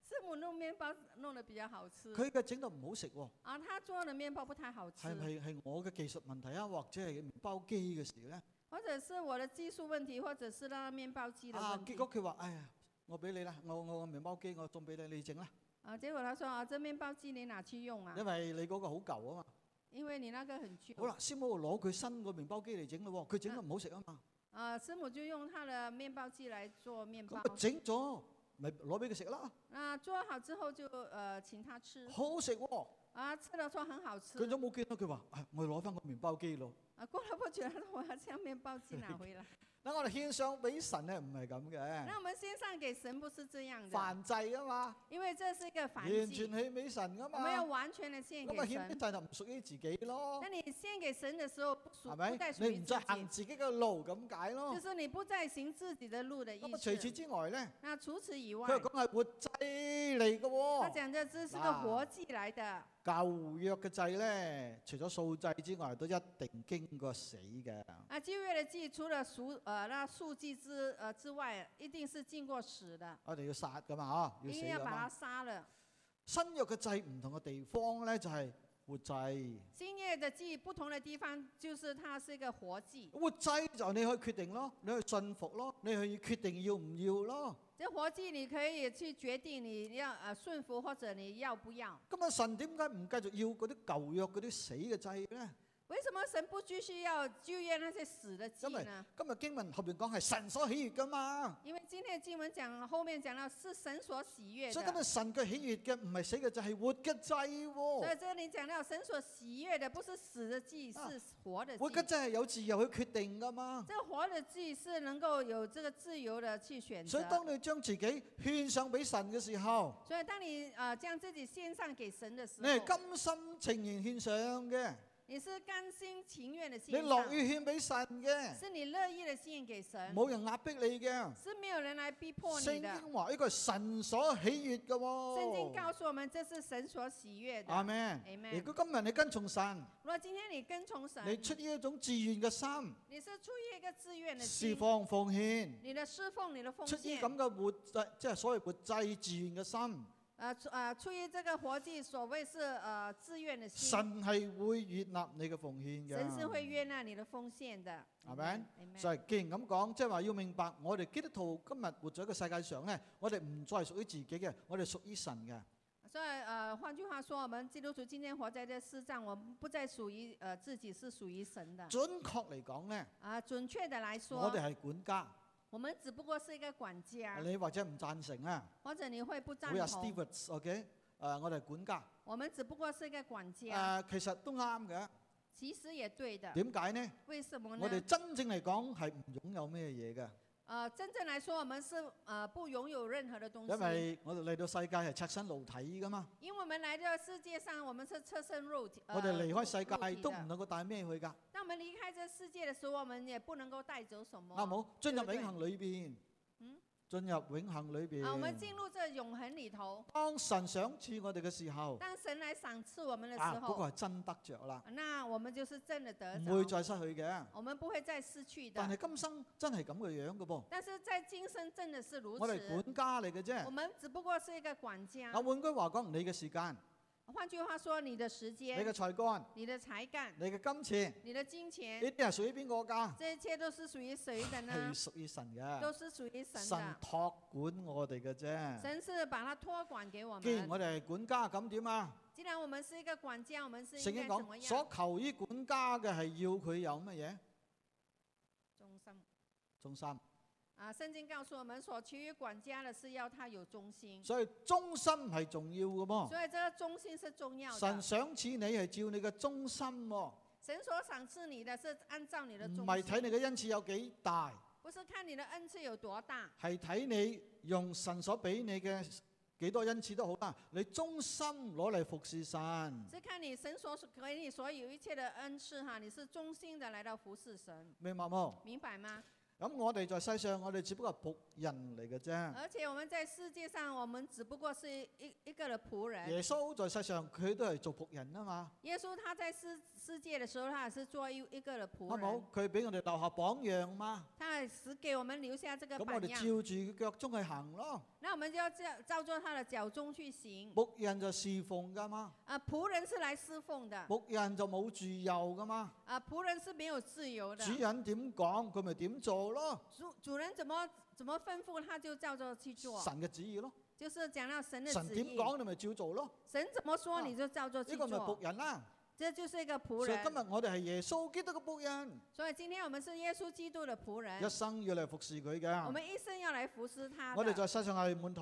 B: 师母弄面包弄得比较好吃，
A: 佢嘅整到唔好食喎。
B: 啊，她做的面包不太好吃
A: 係，咪係我嘅技術問題啊，或者係麵包機嘅事咧？
B: 或者是我的技术问题，或者是那面包机的
A: 啊，
B: 问
A: 結
B: 题。
A: 果佢話：哎呀，我俾你啦，我我個麵包機我送俾你，你整啦，
B: 啊，结果他说啊，这面包机你拿去用啊，
A: 因為你嗰個好舊啊嘛。
B: 因为你那个很旧。
A: 好啦，師母攞佢新個麵包機嚟整咯喎，佢整得唔好食啊嘛。
B: 啊，师母就用她的面包机来做面
A: 咁
B: 包，
A: 啊整咗，咪攞俾佢食啦，
B: 那做好之后就呃请她吃，
A: 好好食喎。
B: 啊，吃了说很好吃
A: 佢。都冇見到佢話：哎我攞翻個麵包機咯。
B: 啊，过了不久，他说我要将面包机拿 回来。
A: 嗱，我哋獻上俾神咧，唔係咁嘅，
B: 那我们献上给神不是这样的，
A: 燔祭啊嘛，
B: 因为这是一个
A: 完
B: 凡
A: 全
B: 祭，
A: 獻俾神噶
B: 我
A: 嘛。
B: 们要
A: 咁
B: 完全的献
A: 啊，
B: 给
A: 獻俾
B: 神。
A: 神就唔屬於自己咯
B: 那，你献给神的时候，不属
A: 係
B: 不再
A: 咪？
B: 属
A: 你
B: 于
A: 唔
B: 自
A: 再行
B: 己，
A: 自己嘅路咁解咯
B: 就。是你不再行自己的路的
A: 咁
B: 意
A: 啊，除此
B: 思。
A: 之外咧，
B: 那除此以外
A: 佢，又講係活祭嚟嘅
B: 他
A: 喎。
B: 讲的这是个
A: 嗱
B: 活祭来的。
A: 舊約嘅祭咧，除咗素祭之外，都一定經過死嘅。
B: 啊，旧约的祭除了赎呃那赎祭之呃之外，一定是经过死的，
A: 我哋要殺噶嘛，
B: 一
A: 嗬，
B: 定
A: 要
B: 要
A: 死噶
B: 把它
A: 嘛。
B: 杀了。
A: 新約嘅祭唔同嘅地方咧，就係活祭。
B: 新约的祭不同的地方就是它是一个活祭，
A: 活祭就你去決定咯，你去信服咯，你去決定要唔要咯。
B: 这活祭你可以去决定你要呃顺服或者你要不要。
A: 咁啊，神點解唔繼續要嗰啲舊約嗰啲死嘅祭咧？
B: 为什么神不继续要旧约那些死的祭
A: 因为
B: 呢？
A: 今日經文後边講係神所喜悦噶嘛，
B: 因为今天的经文讲后面讲到是神所喜悦
A: 所以今
B: 的，
A: 日神佢喜悦嘅唔係死嘅祭，係活嘅祭
B: 所
A: 喎。
B: 以这里讲到神所喜悦的不是死的祭，
A: 啊
B: 是活的
A: 活嘅
B: 祭。
A: 祭係有自由去決定噶嘛。
B: 这活的祭是能够有这个自由的去选
A: 所以
B: 择。
A: 當你將自己獻上俾神嘅時候，
B: 所以，当你呃将自己献上给神的时
A: 你係
B: 候，
A: 甘心情願獻上嘅，
B: 你是甘心情愿的
A: 你
B: 献
A: 樂
B: 上，
A: 意獻俾神嘅，
B: 是你乐意的献给神，
A: 冇人壓迫你嘅。
B: 是没有人来逼迫
A: 聖
B: 你的。
A: 經話呢個係神所喜悦嘅
B: 圣经
A: 喎。
B: 告诉我们，这是神所喜悦的。
A: 阿咩？
B: Amen
A: 如果今日你跟從神，
B: 如果今天你跟从神，
A: 你
B: 你
A: 出於一種自愿嘅心，
B: 是出于一个自愿的
A: 侍
B: 心，
A: 奉奉獻，
B: 你的侍奉，你的奉
A: 出於
B: 献，
A: 咁嘅活祭，即係所謂活祭自愿嘅心，
B: 呃出呃出于这个活祭，所谓是呃自愿的心，
A: 神係會悦納你嘅奉獻嘅。
B: 神是会悦纳你的奉献的。
A: 阿们
B: Amen，Amen
A: 就係既然咁講，即係話要明白，我哋基督徒今日活在一個世界上咧，我哋唔再係屬於自己嘅，我哋屬於神嘅。
B: 所以呃，换句话说，我们基督徒今天活在这世上，我们不再属于呃自己，是属于神的。
A: 準確嚟講咧，
B: 啊，准确的来说，
A: 我哋係管家。
B: 我们只不过是一个管家，
A: 你或者唔贊成啊？
B: 或者你会不赞
A: We are
B: 同，
A: stewards，OK？、誒，我哋係管家。
B: 我们只不过是一个管
A: 誒、
B: 家，
A: 其實都啱嘅。
B: 其实也对的。
A: 點解呢？
B: 为什么
A: 我哋
B: 呢？
A: 真正嚟講係唔擁有咩嘢嘅，
B: 呃，真正来说，我们是呃不拥有任何的东
A: 因
B: 西，
A: 為我哋嚟到世界係赤身露體噶嘛。
B: 因为我们来到世界上，我们是赤身肉体。呃
A: 我哋離開世
B: 肉体
A: 界
B: 的
A: 都唔能夠帶咩去㗎，
B: 那我们离开这世界的时候，我们也不能够带走什么。啊
A: 啱冇？進入
B: 對
A: 永恆裏邊
B: 嗯，
A: 進入永恆裏邊。
B: 啊，我们进入这永恒里头。
A: 当神赏赐我哋嘅时候，
B: 当神来赏赐我们的
A: 啊，
B: 时
A: 嗰、
B: 候，
A: 个系真得着啦，
B: 那我们就是真的得
A: 唔会
B: 着，
A: 再失去嘅。
B: 我们不会再失去
A: 但
B: 的。
A: 系今生真系咁嘅样嘅噃，
B: 但是在今生真的是如
A: 我哋
B: 此，
A: 管家嚟嘅啫
B: 我。们只不过是一个管家
A: 啊，。换句话讲，你嘅时间，
B: 换句话说，你的时
A: 你
B: 间、
A: 嘅才幹、
B: 你的才干、
A: 你嘅金錢，
B: 你的金
A: 呢
B: 钱，
A: 啲係屬於邊個㗎？
B: 这一切都是属于谁的呢
A: 係？屬於神
B: 都
A: 嘅，
B: 是属于神
A: 神
B: 的。
A: 托管我哋嘅啫。
B: 神是把它托管给我
A: 既然
B: 们。
A: 我哋係管家，咁點啊？
B: 既然我们是一个管家，我们是
A: 聖
B: 应
A: 經
B: 该怎
A: 講
B: 么样？
A: 所求於管家嘅係要佢有乜嘢？
B: 忠心
A: 忠心。
B: 啊！圣经告诉我们，所求于管家的是要他有忠心，
A: 所以忠心係重要嘅噃。
B: 所以这个忠心是重要
A: 神
B: 的。
A: 賞賜你係照你嘅忠心喎，
B: 神所赏赐你的是按照你的
A: 唔
B: 忠
A: 係睇
B: 心，
A: 你嘅恩賜有幾大，
B: 不是看你的恩赐有多大，
A: 係睇你用神所俾你嘅幾多恩賜都好啦。你忠心攞嚟服侍神，
B: 是看你神所给你所有一切的恩赐哈，你是忠心的来到服侍神，
A: 明白冇？
B: 明白吗？
A: 咁我哋在世上，我哋只不過係仆人嚟嘅啫。
B: 而且我们在世界上，我们只不过是一一个的仆人。
A: 耶穌在世上，佢都係做仆人啊嘛，
B: 耶稣他在世世界的时候，他也是做一一个的仆
A: 啱冇
B: 人，？
A: 佢俾我哋留下榜樣嘛，
B: 他也是给我们留下这个
A: 咁我
B: 榜
A: 哋照
B: 样。
A: 住佢腳蹤去行咯。
B: 那我们就要照照着他的脚中去行。
A: 仆人就侍奉噶嘛，
B: 啊，仆人是来侍奉的，
A: 仆人就冇自由噶嘛。
B: 啊，仆人是没有自由的。
A: 主人點講，佢咪點做咯。
B: 主主人怎么怎么吩咐，他就照着去做，
A: 神嘅旨意咯，
B: 就是讲到神的
A: 神
B: 旨
A: 點
B: 意。
A: 講你咪照做咯，
B: 神怎么说
A: 啊
B: 你就照着去
A: 呢個咪
B: 做
A: 仆，人啦。
B: 这就是一个仆
A: 所以
B: 人
A: 今。日我哋係耶穌基督嘅仆人，
B: 所以今天我们是耶稣基督的仆人
A: 一，生要嚟服侍佢
B: 我
A: 嘅。
B: 们一生要来服侍他
A: 啊我哋
B: 的。
A: 在世上係門徒，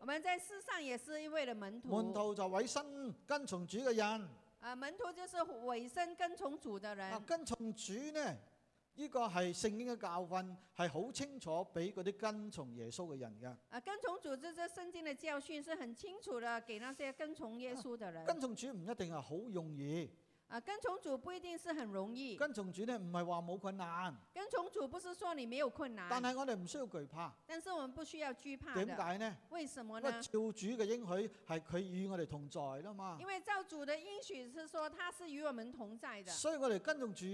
B: 我们在世上也是一位的門
A: 門
B: 徒，
A: 徒就委身跟從主嘅人。
B: 啊，門徒就是委身跟從主的
A: 啊
B: 人，。
A: 跟從主呢，呢、個係聖經嘅教訓，係好清楚俾嗰啲跟從耶穌嘅人嘅。
B: 啊，跟從主这这圣经的教训是很清楚的，给那些跟從耶稣的人。
A: 跟從主唔一定係好容易，
B: 啊，跟從主不一定是很容易，
A: 跟從主呢唔係話冇困難，
B: 跟從主不是說你沒有困
A: 但
B: 難，
A: 係我哋唔需要懼怕。
B: 但是我们不需要惧怕
A: 點
B: 的。
A: 解呢？
B: 为什么
A: 因為
B: 呢
A: 照？主嘅應許係佢與我哋同在啦嘛
B: 因。为照主的应许是说他是与我们同在的，
A: 所以我哋跟從主，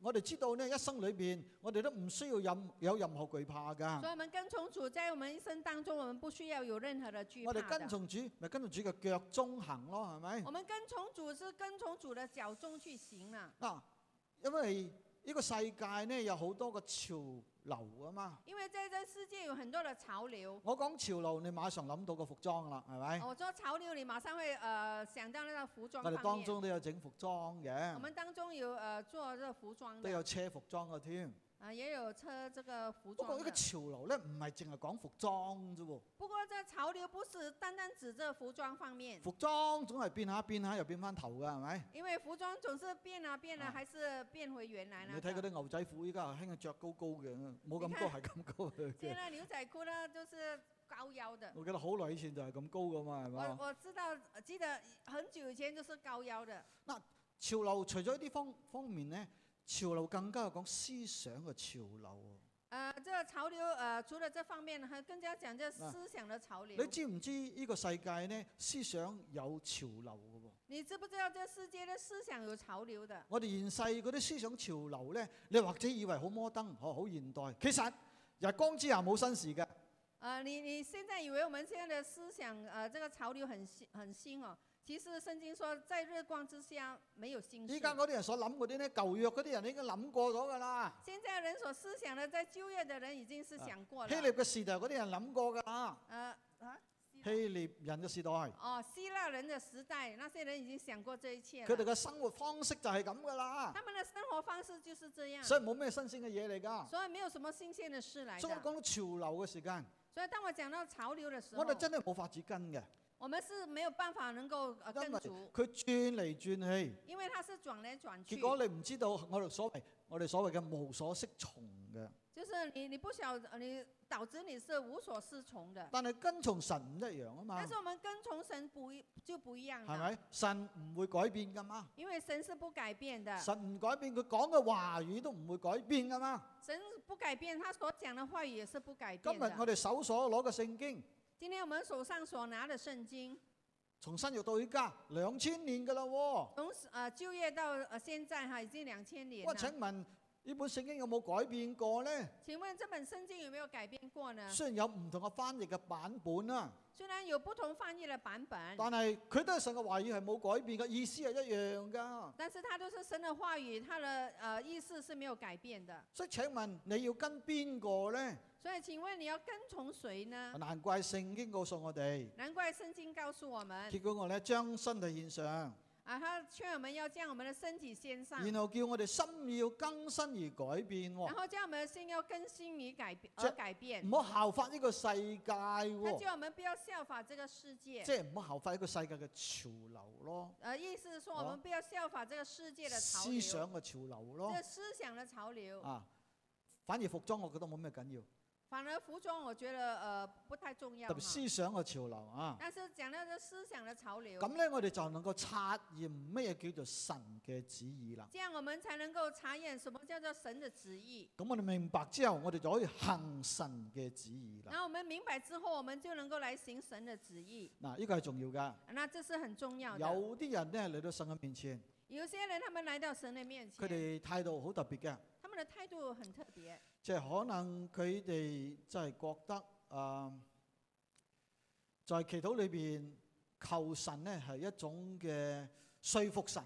A: 我哋知道呢一生裏邊，我哋都唔需要任有任何懼怕
B: 所以
A: 㗎。
B: 我们跟從主在我们一生当中，我们不需要有任何的惧
A: 我哋
B: 怕
A: 跟
B: 的。
A: 從主，咪跟從主嘅腳中行咯，係咪？
B: 我们跟從主是跟從主的脚中去行啊了、
A: 嗱，因為呢個世界呢有好多個潮流啊嘛。
B: 因为在这世界有很多的潮流。
A: 我講潮流，你馬上諗到個服裝啦，係咪？
B: 我说潮流，你马上会呃想到那个哦服装
A: 我哋
B: 方
A: 當
B: 面。
A: 中都有整服裝
B: 我
A: 嘅，
B: 们当中有呃做这个服装
A: 都
B: 的，
A: 有車服裝嘅添。
B: 啊、也有车这个服
A: 不過
B: 装
A: 呢
B: 的
A: 個。潮流呢，唔係淨係講服裝啫喎，
B: 不过这潮流不是单单指这服装方面，
A: 服裝總係變下變下又變翻頭㗎，係咪？
B: 因为服装总是变啊变啊，
A: 啊
B: 还是变回原来
A: 你
B: 那
A: 睇嗰
B: 个。
A: 啲牛仔褲依家興着高高嘅，冇咁
B: 你
A: 高
B: 睇
A: 係咁高
B: 现
A: 嘅。
B: 在牛仔裤呢都是高腰的。
A: 我記得好耐以前就係咁高噶嘛，係
B: 我
A: 嘛？
B: 我知道，记得很久以前就是高腰的。
A: 潮流除咗呢啲方方面咧，潮流更加係講思想嘅潮流喎。
B: 呃，这个潮流呃，除了这方面，还更加讲这
A: 啊
B: 思想的潮流。
A: 你知唔知呢個世界咧思想有潮流嘅喎？
B: 你知不知道这世界的思想有潮流的？
A: 我哋現世嗰啲思想潮流咧，你或者以為好摩登，哦好現代，其實日光之下冇新事嘅。
B: 呃，你你现在以为我们现在的思想呃这个潮流很新很新哦，其实圣经说在日光之下没有新
A: 依
B: 事。
A: 家嗰啲人所諗嗰啲咧，舊約嗰啲人已經諗過咗㗎啦。
B: 现在人所思想的，在就业的人已经是
A: 啊
B: 想过
A: 希
B: 了。
A: 臘嘅時代嗰啲人諗過㗎啦，
B: 呃啊，
A: 希臘人嘅時代。
B: 哦，希腊人的时代，那些人已经想过这一切
A: 佢哋
B: 了。
A: 嘅生活方式就係咁噶啦，
B: 他们的生活方式就是这样，
A: 所以冇咩新鮮嘅嘢嚟噶。
B: 所以没有什么新鲜的事来
A: 所以我
B: 的。
A: 講到潮流嘅時間，
B: 所以当我讲到潮流的时候
A: 我，哋真係冇法子跟嘅，
B: 我们是没有办法能够呃
A: 因
B: 跟
A: 為
B: 足，
A: 佢轉嚟轉
B: 因为它是转来转
A: 去，
B: 去
A: 結。果你唔知道我哋所謂我哋所謂嘅無所適從嘅。
B: 就是你你不晓得你导致你是无所适从的。
A: 但係跟從神唔一樣啊嘛
B: 但是，我们跟从神不一就不一样
A: 係
B: 了，
A: 咪？神唔會改變噶嘛，
B: 因为神是不改变的，
A: 神唔改變，佢講嘅話語都唔會改變噶嘛。
B: 神不改变，他所讲的话语也是不改
A: 今
B: 变
A: 日
B: 的。
A: 我哋手所攞嘅聖經，
B: 今天我们手上所拿的圣经，
A: 從新約到而家兩千年噶啦喎。
B: 从呃就业到呃现在哈，已经两千年
A: 我請
B: 了。
A: 問呢本聖經有冇改變過呢？
B: 请问这本圣经有没有改变过呢？
A: 雖然有唔同嘅翻譯嘅版本啦，
B: 虽然有不同翻译的版本，
A: 但係佢都係神嘅話語係冇改變嘅，意思係一樣㗎。
B: 但是它都是神的话语，它的呃意思是没有改变的。
A: 所以請問你要跟邊個呢？
B: 所以，请问你要跟從谁呢？
A: 難怪聖經告訴我哋，
B: 难怪圣经告诉我们
A: 結果我哋將身體獻上，
B: 嗯啊，他劝我们要将我们的身体献上，
A: 然後叫我哋心要更新而改變喎
B: 然，后将我们的心要更新与改变
A: 这
B: 而改变。
A: 唔好效法呢個世界
B: 他
A: 喎，
B: 叫我们不要效法这个世界
A: 即，係唔好效法呢個世界嘅潮流咯，
B: 呃，意思是说我
A: 哦
B: 们不要效法这个世界的潮
A: 思
B: 流，
A: 想嘅潮流咯
B: 这，思想的潮流。
A: 啊，反而服裝我覺得冇咩緊要。
B: 反而服装我觉得呃不太重要
A: 特別
B: 哈。
A: 思想嘅潮流啊。
B: 但是讲到这思想的潮流，
A: 咁咧，我哋就能夠察驗咩叫做神嘅旨意啦。
B: 这样我们才能够查验什么叫做神的旨意。
A: 咁我哋明白之後，我哋就可以行神嘅旨意啦。
B: 然后我们明白之后，我们就能够来行神的旨意。
A: 嗱，呢個係重要噶。
B: 那这是很重要的。
A: 有啲人咧嚟到神嘅面前，
B: 有些人他们来到神的面
A: 佢
B: 前，
A: 哋態度好特別嘅，
B: 他们的态度很特别，
A: 即係可能佢哋真係覺得啊、在祈禱裏邊求神咧係一種嘅說服神，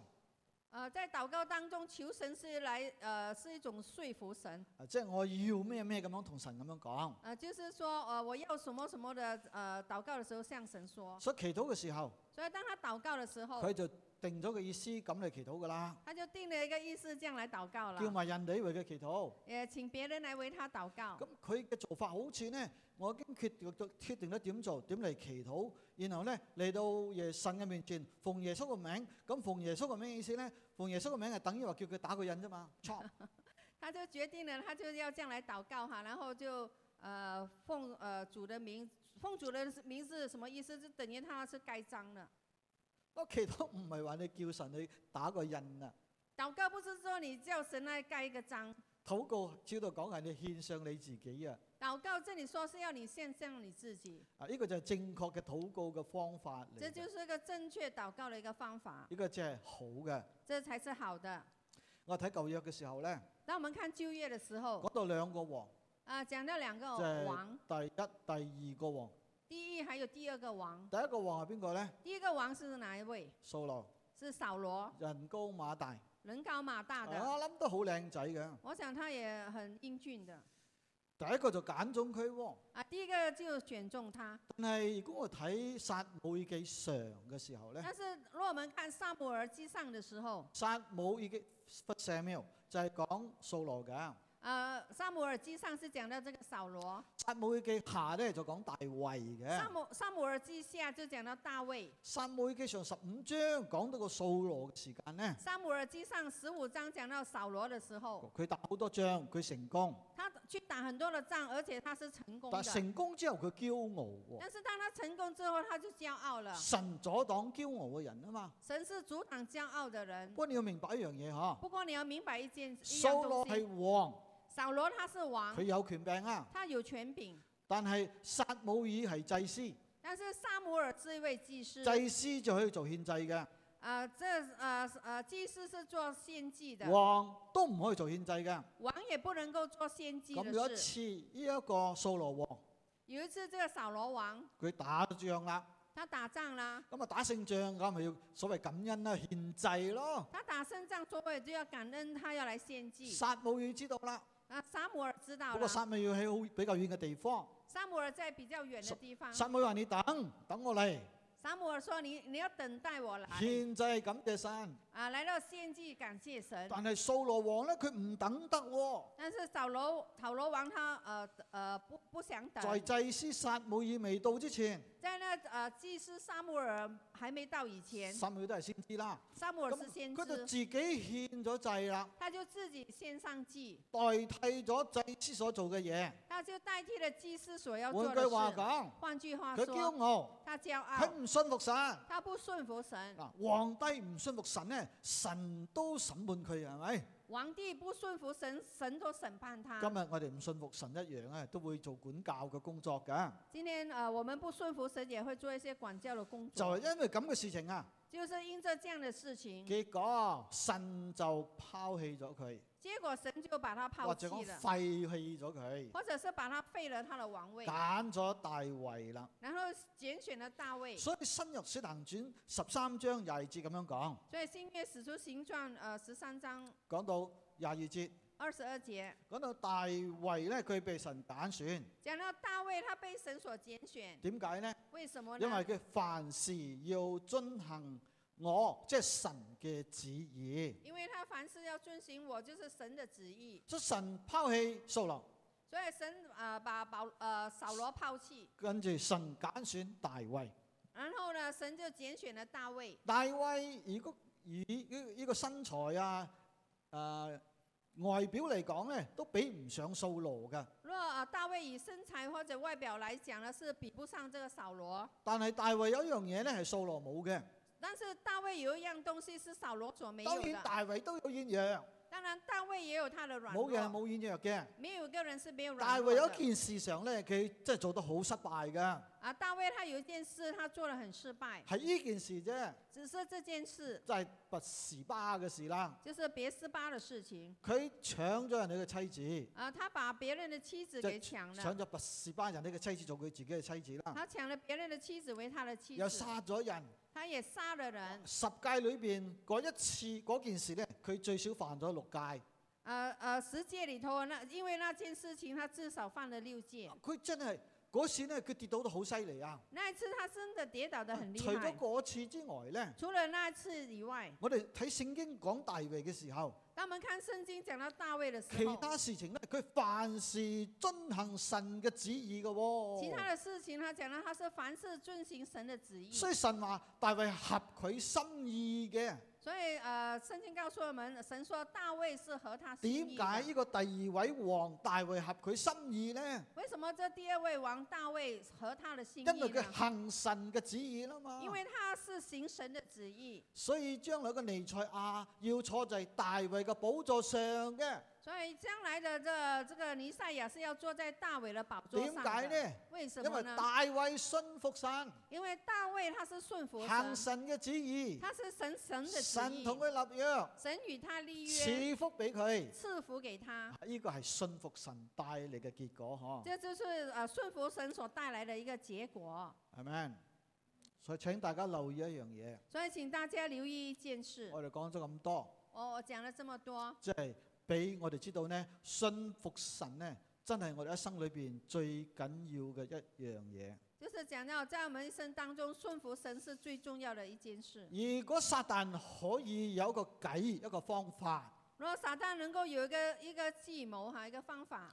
B: 呃，在祷告当中求神是来呃是一种说服神，
A: 啊即係我要咩咩咁樣同神咁樣講。
B: 呃，就是说呃我要什么什么的呃祷告的时候向神说，
A: 所以祈禱嘅時候。
B: 所以当他祷告的时候
A: 佢，就定咗個意思，咁嚟祈禱噶啦，
B: 他就定了一个意思这样来祷
A: 叫
B: 告了，
A: 埋人哋為佢祈禱。
B: 也请别人来为他祷告。
A: 咁佢嘅做法好似呢，我已經決定咗決定咗點做，點嚟祈禱，然後呢，嚟到耶神嘅面前，奉耶穌個名。咁奉耶穌個名嘅意思呢，奉耶穌個名係等於話叫佢打個印啫嘛。錯，
B: 他就决定了，他就要这样来祷告哈，然后就呃奉呃主的名，奉主的名字是什么意思？就等于他是盖章的。
A: 我祈禱唔係話你叫神去打個印啊，
B: 祷告不是说你叫神来盖一个章，
A: 禱告照到講係你獻上你自己啊。
B: 祷告这里说是要你献上你自己，
A: 啊，呢個就係正確嘅禱告嘅方法嚟
B: 这
A: 嘅。
B: 就是一个正确祷告的一个方法，
A: 呢個即係好嘅。
B: 这才是好的。
A: 我睇舊約嘅時候呢，
B: 当我们看就业的时候
A: 講，到兩個王。
B: 啊、讲到两个
A: 哦在
B: 王，
A: 第一、第二個王，
B: 第一还有第二个王，
A: 第一個王係邊個呢？
B: 第一个王是哪一位？
A: 掃羅，
B: 是扫罗，
A: 人高馬大，
B: 人高马大
A: 我
B: 的，
A: 諗都好靚仔嘅。
B: 我想他也很英俊的。
A: 第一個就揀中佢喎，
B: 啊，第一个就选中他。
A: 但係如果我睇撒母耳記上嘅時候呢，
B: 但是若我们看撒母耳记上的时候，
A: 撒母耳記 f i t s a m u 就係講掃羅嘅，
B: 呃，撒母耳记上是讲到这个扫罗，
A: 撒母耳記下呢就講大衛
B: 撒
A: 嘅，
B: 母撒母耳记下就讲到大卫，
A: 撒母耳記上十五章講到個掃羅嘅時間呢，
B: 撒母耳记上十五章讲到扫罗的时候，
A: 佢打好多仗，佢成功，
B: 他去打很多的仗，而且他是成功
A: 但係
B: 的。
A: 成功之後佢驕傲
B: 但是当他成功之后，他就骄傲了
A: 喎，。神阻擋驕傲嘅人啊嘛。
B: 神是阻挡骄傲的人
A: 不。過你要明白一樣嘢嗬，
B: 不过你要明白一件一样
A: 掃羅
B: 东西，
A: 係王，
B: 扫罗他是王
A: 佢，有權柄啊，
B: 他有权柄，
A: 但係撒姆耳係祭司，
B: 但是撒母耳是一位祭司。
A: 祭司就可以做獻祭嘅，
B: 呃，这呃呃，祭司是做献祭的，
A: 王都唔可以做獻祭嘅。
B: 王也不能够做献祭
A: 咁有
B: 的
A: 一
B: 事。
A: 次，呢一個掃羅王
B: 有一次，这个扫羅王
A: 佢打仗啦，
B: 他打仗啦，
A: 咁啊打勝仗咁咪要所謂感恩啦、獻祭咯。
B: 他打胜仗，所以就要感恩，他要来献祭。
A: 撒姆耳知道啦，
B: 啊，撒母耳知道
A: 不
B: 了
A: 過，撒姆耳喺好比較遠嘅地方，
B: 撒母耳在比较远的地方。
A: 撒姆耳話你等，等我嚟
B: 撒母耳说：“你你要等待我来
A: 獻祭感謝神。
B: 啊，来到献祭感谢神。
A: 但係掃羅王咧，佢唔等得喎。”
B: 但是扫罗扫罗王他呃呃不不想
A: 在
B: 等，
A: 祭司撒母耳未到之前，
B: 在那呃祭司撒母耳还没到以前，
A: 撒母耳都係先知啦。
B: 撒母耳是先
A: 佢就
B: 知，
A: 自己獻咗祭啦，
B: 他就自己献上祭。
A: 代替咗祭司所做嘅嘢。
B: 他就代替了祭司所要做
A: 換
B: 的
A: 句話
B: 事。
A: 講，
B: 换句话
A: 佢
B: 说，
A: 驕傲，
B: 他骄傲
A: 佢，唔信服神。
B: 他不顺服神，
A: 嗱，皇帝唔信服神呢，神都審判佢，係咪？
B: 皇帝不顺服神，神都审判他。
A: 今日我哋唔信服神一樣啊，都會做管教嘅工作㗎。
B: 今天呃，我们不顺服神，也会做一些管教的工
A: 就
B: 作，
A: 係因為咁嘅事情啊，
B: 就是因着这样的事情，
A: 結果神就拋棄咗佢，
B: 结果神就把他抛
A: 或者
B: 弃
A: 講
B: 了，
A: 廢棄咗佢，
B: 或者是把他废了他的王位，
A: 揀咗大衛啦。
B: 然后拣选了大卫。
A: 所以新約使徒行傳十三章廿二節咁樣講，
B: 所以新约使出行传呃十三章
A: 講到廿二節，
B: 二十二节
A: 講到大衛咧，佢被神揀選，
B: 讲到大卫他被神所拣选，
A: 點解呢？
B: 为什么
A: 因為
B: 呢？
A: 佢凡事要遵行我即係神嘅旨意，
B: 因为他凡事要遵行我就是神的旨意，
A: 所以神拋棄掃羅，
B: 所以神呃把保呃扫罗抛弃，
A: 跟住神揀選大衛。
B: 然后呢神就拣选了大卫。
A: 大衛如果以呢呢個身材啊，誒、外表嚟講咧，都比唔上掃羅㗎。
B: 若、呃、大卫以身材或者外表来讲呢，是比不上这个扫罗。
A: 但係大衛有一樣嘢咧係掃羅冇嘅。
B: 但是大卫有一样东西是扫罗所没有
A: 當然
B: 的，
A: 大衛都有軟弱，
B: 当然大卫也有他的软
A: 冇人係
B: 弱，
A: 冇軟弱嘅。
B: 没有一个人是没有
A: 大
B: 软
A: 衛
B: 弱
A: 有
B: 的
A: 一。件事上咧，佢真係做得好失敗㗎，
B: 啊，大卫他有一件事他做的很失败，
A: 係呢件事啫，
B: 只是这件事
A: 就係拔士巴嘅事啦。
B: 就是别斯巴的事情
A: 佢搶咗人哋嘅妻
B: 啊，他把别人的妻子
A: 就
B: 给抢
A: 子，搶
B: 了，
A: 咗拔士巴人哋嘅妻子做佢自己嘅妻子啦，
B: 他搶了别人的妻子为他的妻
A: 又
B: 子，
A: 殺咗人。
B: 他也杀了人。
A: 十戒裏邊嗰一次嗰件事咧，佢最少犯咗六戒。
B: 呃呃，十诫里头那因为那件事情，他至少犯了六戒。
A: 佢真係嗰次咧，佢跌倒得好犀利啊！
B: 那一次他真的跌倒的很厉
A: 除
B: 害
A: 咗。嗰次之外咧，
B: 除了那一次以外，
A: 我哋睇聖經講大衛嘅時候，
B: 当我们看圣经讲到大卫的时
A: 其
B: 候，
A: 他事情咧，佢凡事遵行神嘅旨意嘅喎、
B: 其他的事情他讲到他是凡事遵行神的旨意，
A: 所以神話大衛合佢心意嘅。
B: 所以呃，圣经告诉我们，神说大卫是合他心
A: 點
B: 意的。
A: 解呢個第二位王大衛合佢心意呢？
B: 为什么这第二位王大卫合他的心
A: 因為
B: 意
A: 佢
B: 呢？
A: 行神嘅旨意啦嘛。
B: 因为他是行神的旨意，
A: 所以將來嘅尼賽亞要坐在大衛嘅寶座上嘅。
B: 所以将来的这这个尼赛亚是要坐在大卫的宝座
A: 點
B: 上
A: 解
B: 的。
A: 呢？
B: 为什
A: 因
B: 么
A: 為
B: 呢？
A: 大衛信服神，
B: 因为大卫他是顺服
A: 行
B: 神，
A: 神嘅旨意，
B: 他是神神的旨
A: 神
B: 意，
A: 同佢立約，
B: 神与他立约，
A: 賜福俾佢。
B: 赐福给他。
A: 啊呢個係信服神帶嚟嘅結果，嗬，
B: 这就是呃顺服神所带来的一个结果。
A: 係咪？所以請大家留意一樣嘢，
B: 所以请大家留意一件事，哦
A: 我哋講咗咁多，
B: 我我讲了这么多，
A: 即係俾我哋知道呢，信服神呢，真係我哋一生裏邊最緊要嘅一樣嘢。
B: 就是讲到在我们一生当中，顺服神是最重要的一件事。
A: 如果撒旦可以有一個計一個方法，
B: 如果撒旦能够有一个一个计谋哈，一个方法，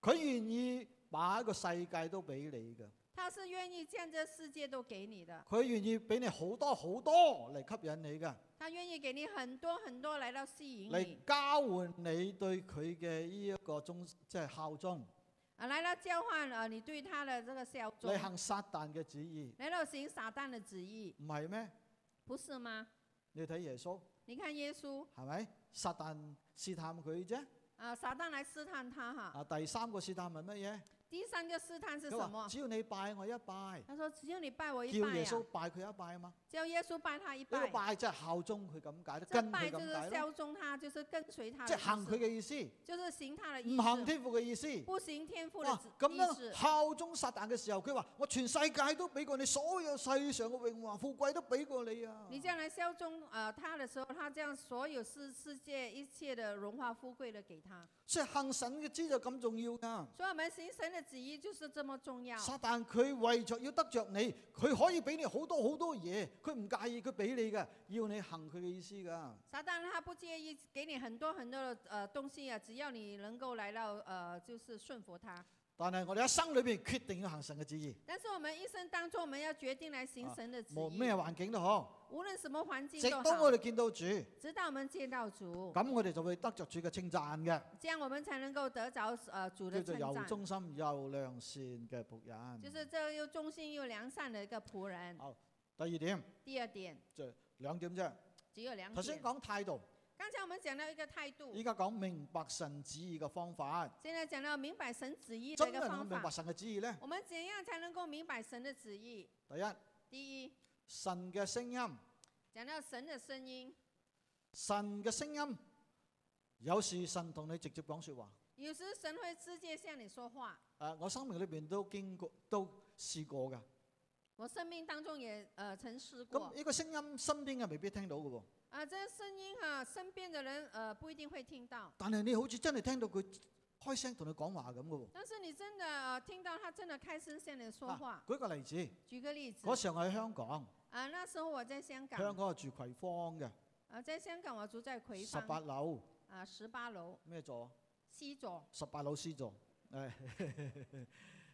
A: 佢願意把一個世界都俾你嘅。
B: 他是愿意将这世界都给你的，
A: 佢願意俾你好多好多嚟吸引你嘅，
B: 他愿意给你很多很多来到吸引你
A: 嚟交換你對佢嘅呢一個忠，即係效忠，
B: 啊，来到交换啊，你对他的这个效忠
A: 你，行撒旦嘅旨意，
B: 来到行撒旦的旨意，
A: 唔係咩？
B: 不是吗？
A: 你睇耶穌
B: 你看耶稣
A: 係咪？撒旦試探佢啫。
B: 啊，撒旦来试探他哈。
A: 啊，第三個試探係乜嘢？
B: 第三个试探是
A: 佢
B: 什啊
A: 話：
B: 么？
A: 只要你拜我一拜，
B: 他说：“只有你拜我一
A: 叫
B: 拜
A: 耶
B: 呀、
A: 穌拜佢一拜啊嘛。
B: 叫耶稣拜他一
A: 呢個
B: 拜。
A: 拜即係效忠佢咁解，
B: 这
A: 跟
B: 拜
A: 佢
B: 就是
A: 咁解咯，
B: 效忠他，就是跟随他
A: 即
B: 的
A: 係
B: 意
A: 行佢
B: 思，
A: 嘅意思，
B: 就是行他的意
A: 唔行
B: 思，
A: 天父嘅意思。
B: 不行天父的
A: 哇
B: 旨！
A: 咁
B: 意
A: 樣
B: 志。
A: 效忠撒旦嘅時候，佢話：我全世界都俾過你，所有世上嘅榮華富貴都俾過你啊！
B: 你将来效忠呃他的时候，他将所有世世界一切的荣华富贵的给他。
A: 所以行神嘅知就咁重要㗎。
B: 所以我们行神的旨意就是这么重要。
A: 撒旦佢為着要得着你，佢可以俾你好多好多嘢，佢唔介意佢俾你嘅，要你行佢嘅意思㗎。
B: 撒旦他不介意给你很多很多的呃东西啊，只要你能够来到呃就是顺服他。
A: 但係我哋一生裏邊決定要行神嘅旨意，
B: 但是我们一生当中，我们要决定来行
A: 啊
B: 神的旨
A: 無
B: 意，
A: 咩環境都好，
B: 无论什么环境
A: 直
B: 都
A: 到我
B: 好，
A: 哋見到主，咁
B: 直到我们见到主，
A: 我哋就會得着主嘅稱讚嘅，
B: 这样我们才能够得着呃主
A: 叫
B: 的
A: 做
B: 称
A: 又
B: 赞，
A: 忠心又良善嘅仆人。
B: 就是这又忠心又良善的一个仆人。
A: 啊第二點，
B: 第二点，
A: 兩點啫。
B: 只有两
A: 頭先
B: 点。
A: 講態度。
B: 刚才我们讲到一个态度，
A: 依家講明白神旨意嘅方法，
B: 现在讲到明白神旨意的
A: 真
B: 一
A: 係能
B: 个方
A: 明白
B: 法，
A: 神嘅旨意呢？
B: 我们怎样才能够明白神的旨意？
A: 第一，
B: 第一，
A: 神嘅聲音，
B: 讲到神的声音，
A: 神嘅聲音有時神同你直接講说話。
B: 有时神会直接向你说话。
A: 诶、我生命裏边都經過，都試過噶。
B: 我生命当中也呃曾试过
A: 咁呢個聲音身邊嘅未必聽到嘅喎，
B: 啊，这声音啊，身边的人呃不一定会听到，
A: 但係你好似真係聽到佢開聲同你講話咁嘅喎。
B: 但是你真的、呃、听到他真的开声向你说话。
A: 舉個例子，
B: 举个例子
A: 嗰時啊候我喺香港，
B: 啊，那时候我在香
A: 香
B: 港，
A: 港係住葵芳嘅，
B: 啊，在香港我住在葵
A: 十
B: 芳
A: 八樓
B: 啊，十八楼
A: 咩座啊？
B: 西座
A: 十八樓 C 座。誒，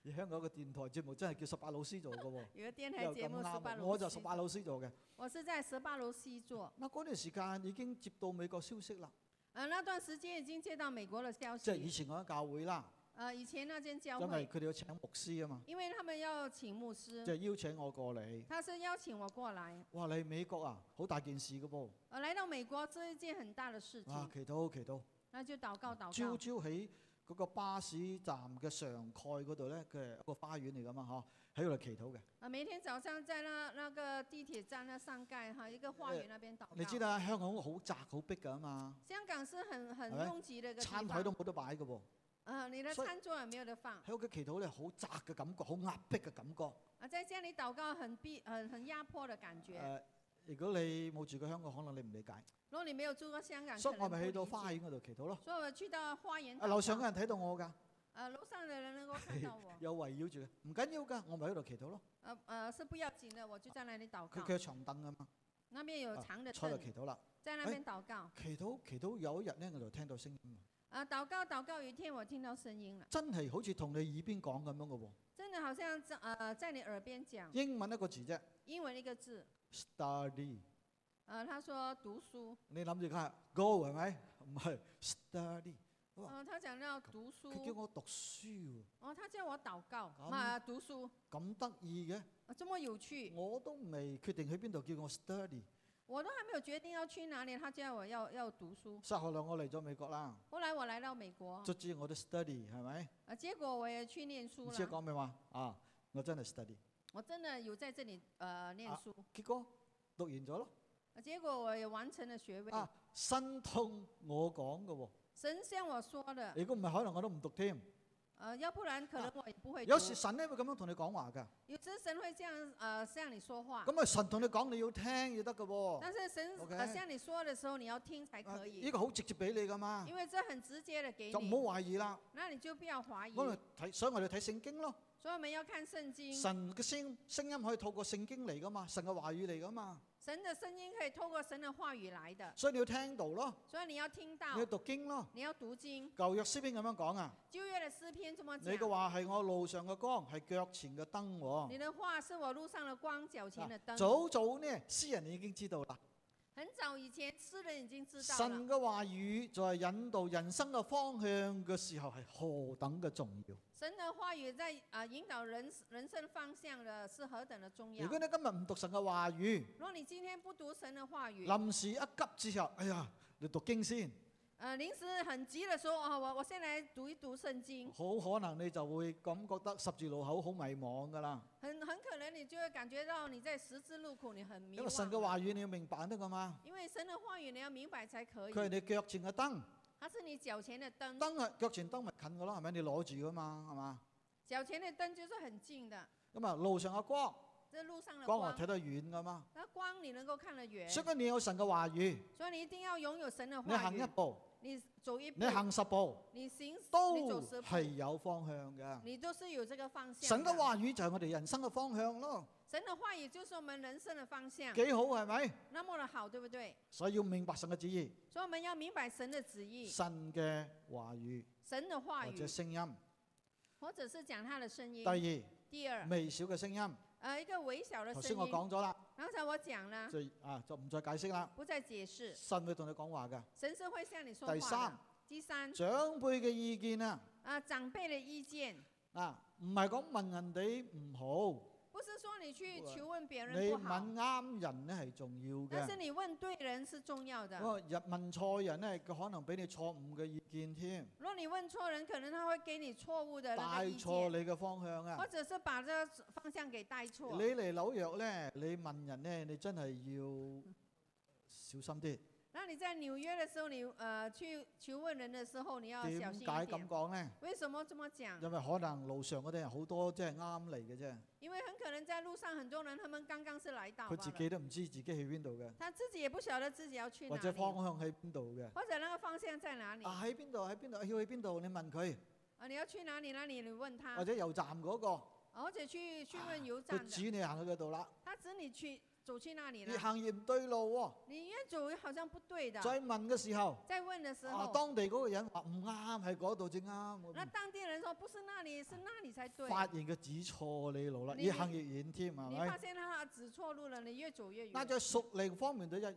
A: 而 香港嘅電台節目真係叫十八樓 C 座嘅喎。
B: 有个电台
A: 又
B: 节
A: 咁
B: 目十八
A: 啱，啊
B: 楼，
A: 我就十八，樓 C 座嘅。
B: 我是在十八楼西座。
A: 嗱嗰段時間已經接到美國消息啦，
B: 啊，那段时间已经接到美国的消
A: 即係以
B: 息，
A: 前我喺教會啦，
B: 呃，以前那间教
A: 因為
B: 会，
A: 佢哋要請牧師啊嘛，
B: 因为他们要请牧
A: 即
B: 师，
A: 係邀請我過嚟。
B: 他是邀请我过来，
A: 哇！你美國啊，好大件事嘅噃。
B: 呃，来到美国这一件很大的事
A: 啊
B: 情，，
A: 祈禱祈禱，
B: 那就祷告祷
A: 朝
B: 告。
A: 朝喺嗰個巴士站嘅上蓋嗰度咧，佢係一個花園嚟噶嘛，嗬，喺度祈禱嘅。
B: 啊，每天早上在那那个地铁站那上盖哈，一个花园那边祷告。
A: 你知啦，香港好窄好逼㗎嘛，
B: 香港是很很
A: 哎
B: 拥挤的一个地
A: 餐台都
B: 方，
A: 冇得擺嘅喎。
B: 呃，你的
A: 所以
B: 餐桌也没有得放
A: 喺屋企祈禱咧，好窄嘅感覺，好壓迫嘅感覺。誒、
B: 啊，在家里祷告很逼很很压迫的感
A: 呃
B: 觉。
A: 如果你冇住過香港，可能你唔理解。
B: 如果你没有住过香港，
A: 所以
B: 可
A: 我
B: 能
A: 咪
B: 不
A: 去到
B: 理解
A: 花園嗰度祈禱咯。
B: 所以我去到花园
A: 啊，
B: 祷
A: 樓上嘅
B: 告
A: 人睇到我㗎，，
B: 呃，楼上的人能够看到 我
A: 有圍繞住嘅，唔緊要㗎，我咪喺度祈禱咯。
B: 呃呃是不要紧的，我就在那里祷
A: 佢
B: 告
A: 佢。有長凳啊嘛，
B: 那边有
A: 啊
B: 长的
A: 坐喺度
B: 凳，
A: 祈禱啦。
B: 在那
A: 哎
B: 边祷告。
A: 祈禱祈禱，有一日咧我就聽到聲音，
B: 啊，祷告祷告，有一天我聽到聲音了，
A: 真係好似同你耳邊講咁樣嘅喎。
B: 真的好像在呃在你耳邊講
A: 英文一個字啫
B: 英文一個字，
A: ，study。
B: 呃他說讀書，
A: 你諗住佢係 go 係咪？唔係 study。哇
B: 呃他講到讀
A: 佢叫
B: 書，
A: 我讀書喎，
B: 哦他叫我禱告
A: 咁，
B: 啊讀書，
A: 咁得意嘅，
B: 啊這麼有趣，
A: 我都未決定去邊度，叫我 study。
B: 我都還沒有決定要去哪裡，他叫我要要讀書。
A: 實後來我嚟咗美國啦，
B: 後來我來到美國，
A: 卒之我都 study 係咪？
B: 啊結果我也去念
A: 唔
B: 書
A: 知我
B: 了，
A: 講咩話啊？我真係 study。
B: 我真的有在這裡呃念
A: 啊
B: 書，
A: 結果讀完咗咯。
B: 啊結果我也完成了學位。
A: 啊，身痛我講嘅喎，
B: 神像我說的，
A: 如果唔係，可能我都唔讀添。
B: 呃要不然可
A: 啊
B: 能我也不會讀。
A: 有時神咧會咁樣同你講話㗎。
B: 有時神會這樣呃向你說話。
A: 咁啊，神同你講你要聽要得㗎喎。
B: 但是神
A: 哦 OK
B: 呃向你说的时候，你要听才
A: 啊
B: 可以
A: 呢，個好直接俾你㗎嘛，
B: 因为这很直接的给
A: 就唔
B: 你，嗯
A: 好懷疑啦。
B: 那你就不要怀疑。
A: 我哋
B: 所
A: 睇，所以我哋睇聖經咯。
B: 以我们要看圣经，
A: 神嘅聲聲音可以透過聖經嚟㗎嘛，神嘅話語嚟㗎嘛，
B: 神的声音可以透过神的话语来的，
A: 所以你要聽到咯，
B: 所以你要听到
A: 你要，讀經咯。
B: 你要读经。
A: 舊約詩篇咁樣講啊，
B: 旧约的诗篇这么
A: 你嘅
B: 讲，
A: 話係我路上嘅光，係腳前嘅燈喎。
B: 你的话是我路上的光，脚前
A: 啊
B: 的灯。
A: 早早呢，詩人已經知道啦。
B: 很早以前，诗人已经知道了
A: 神，嘅話語就係引導人生嘅方向嘅時候係何等嘅重要。
B: 神的话语在啊、呃引导人人生方向的是何等的重要
A: 如。果你今日唔讀神嘅話語，
B: 如果你今天不读神的话语，
A: 臨時一急之後，哎呀，你讀經先，
B: 呃，临时很急的时候啊、我我先来读一读圣经。
A: 好可能你就會咁覺得十字路口好迷茫㗎啦。
B: 很很可能你就会感觉到你在十字路口，你很迷
A: 因為神嘅
B: 惘啊
A: 話
B: 了。
A: 語你要明白得㗎嘛，
B: 因為神的話語你要明白才可以嗯
A: 佢係，你腳前嘅燈，
B: 它是你腳前的燈，
A: 燈係腳前燈咪近㗎咯，係咪？你攞住㗎嘛，係嘛？
B: 腳前的燈就是很近的，
A: 咁啊，路上嘅光，
B: 这路上的
A: 光我
B: 光，
A: 睇得遠㗎嘛。
B: 那光你能夠看得遠，
A: 所以你有神嘅話語，
B: 所以你一定要擁有神的
A: 你
B: 話
A: 行一
B: 語。
A: 步，
B: 你走一步
A: 你，行十步，
B: 你行
A: 都
B: 你走十步，
A: 係有方向嘅。
B: 你就是有這個方向。
A: 神嘅，話語就係我哋人生嘅方向咯，
B: 神的話語就是我們人生的方向，
A: 幾好係咪？
B: 那麼的好，對不對？
A: 所以要明白神嘅旨意，
B: 所以我們要明白神的旨意，
A: 神嘅話語
B: 神的話
A: 或者
B: 語，
A: 聲音。
B: 或者是講他的聲音。
A: 第
B: 第
A: 二，
B: 二，
A: 微小嘅聲音，
B: 呃，一個微小的
A: 頭
B: 聲
A: 先我
B: 音。
A: 講咗啦，
B: 刚才我講了，
A: 就啊就唔再解釋啦。
B: 不再解釋，
A: 神會同你講話嘅。
B: 神是會向你说
A: 第
B: 話
A: 三
B: 的。，第三，
A: 長輩嘅意見啊，
B: 啊，長輩的意見，
A: 啊，唔係講問人哋唔
B: 不是說你去
A: 不
B: 求問別
A: 好，
B: 人
A: 你
B: 不好，
A: 問啱人咧係重要
B: 但是
A: 嘅。
B: 你問對人是重要的。
A: 不過日問錯人咧，佢可能俾你錯誤嘅意見添，
B: 如果你問錯人，可能他會給你錯誤的那
A: 帶
B: 個意
A: 錯
B: 見，
A: 你嘅方向啊
B: 或。者是把這個方向給帶
A: 你
B: 錯。
A: 嚟紐約咧，你問人咧，你真係要小心啲。
B: 那你在纽约的时候，你呃去求问人的时候，你要小
A: 點
B: 心
A: 解咁
B: 一点。
A: 講呢？
B: 为什么这么讲？
A: 因為可能路上嗰啲人好多即係啱嚟嘅啫，
B: 因为很可能在路上很多人，他们刚刚是来到
A: 佢
B: 罢
A: 自
B: 了，
A: 己都唔知自己去邊度嘅，
B: 他自己也不晓得自己要去哪嗯
A: 或者
B: 里，
A: 方向喺邊度嘅。
B: 或者那个方向在哪里
A: 啊喺邊度喺邊度要去邊度？你問佢，
B: 啊？你要去哪里？哪里？你问他
A: 或，者油站嗰、個，
B: 啊或者去去问油啊站
A: 佢
B: 的，
A: 指你行去嗰度啦。
B: 他指你去走去那里
A: 越
B: 了。
A: 行越唔對路喎、
B: 你越走好像不对的。
A: 再問嘅時候，
B: 在问的时
A: 啊
B: 候，
A: 當地嗰個人話唔啱，喺嗰度至啱。
B: 那
A: 咁
B: 当地人说不是那里，是那里才对。
A: 發現佢指錯你路啦，
B: 你
A: 越行越遠添，係
B: 你
A: 咪
B: 发？现他指错路了，你越走越
A: 但
B: 远。
A: 在屬靈方面都一樣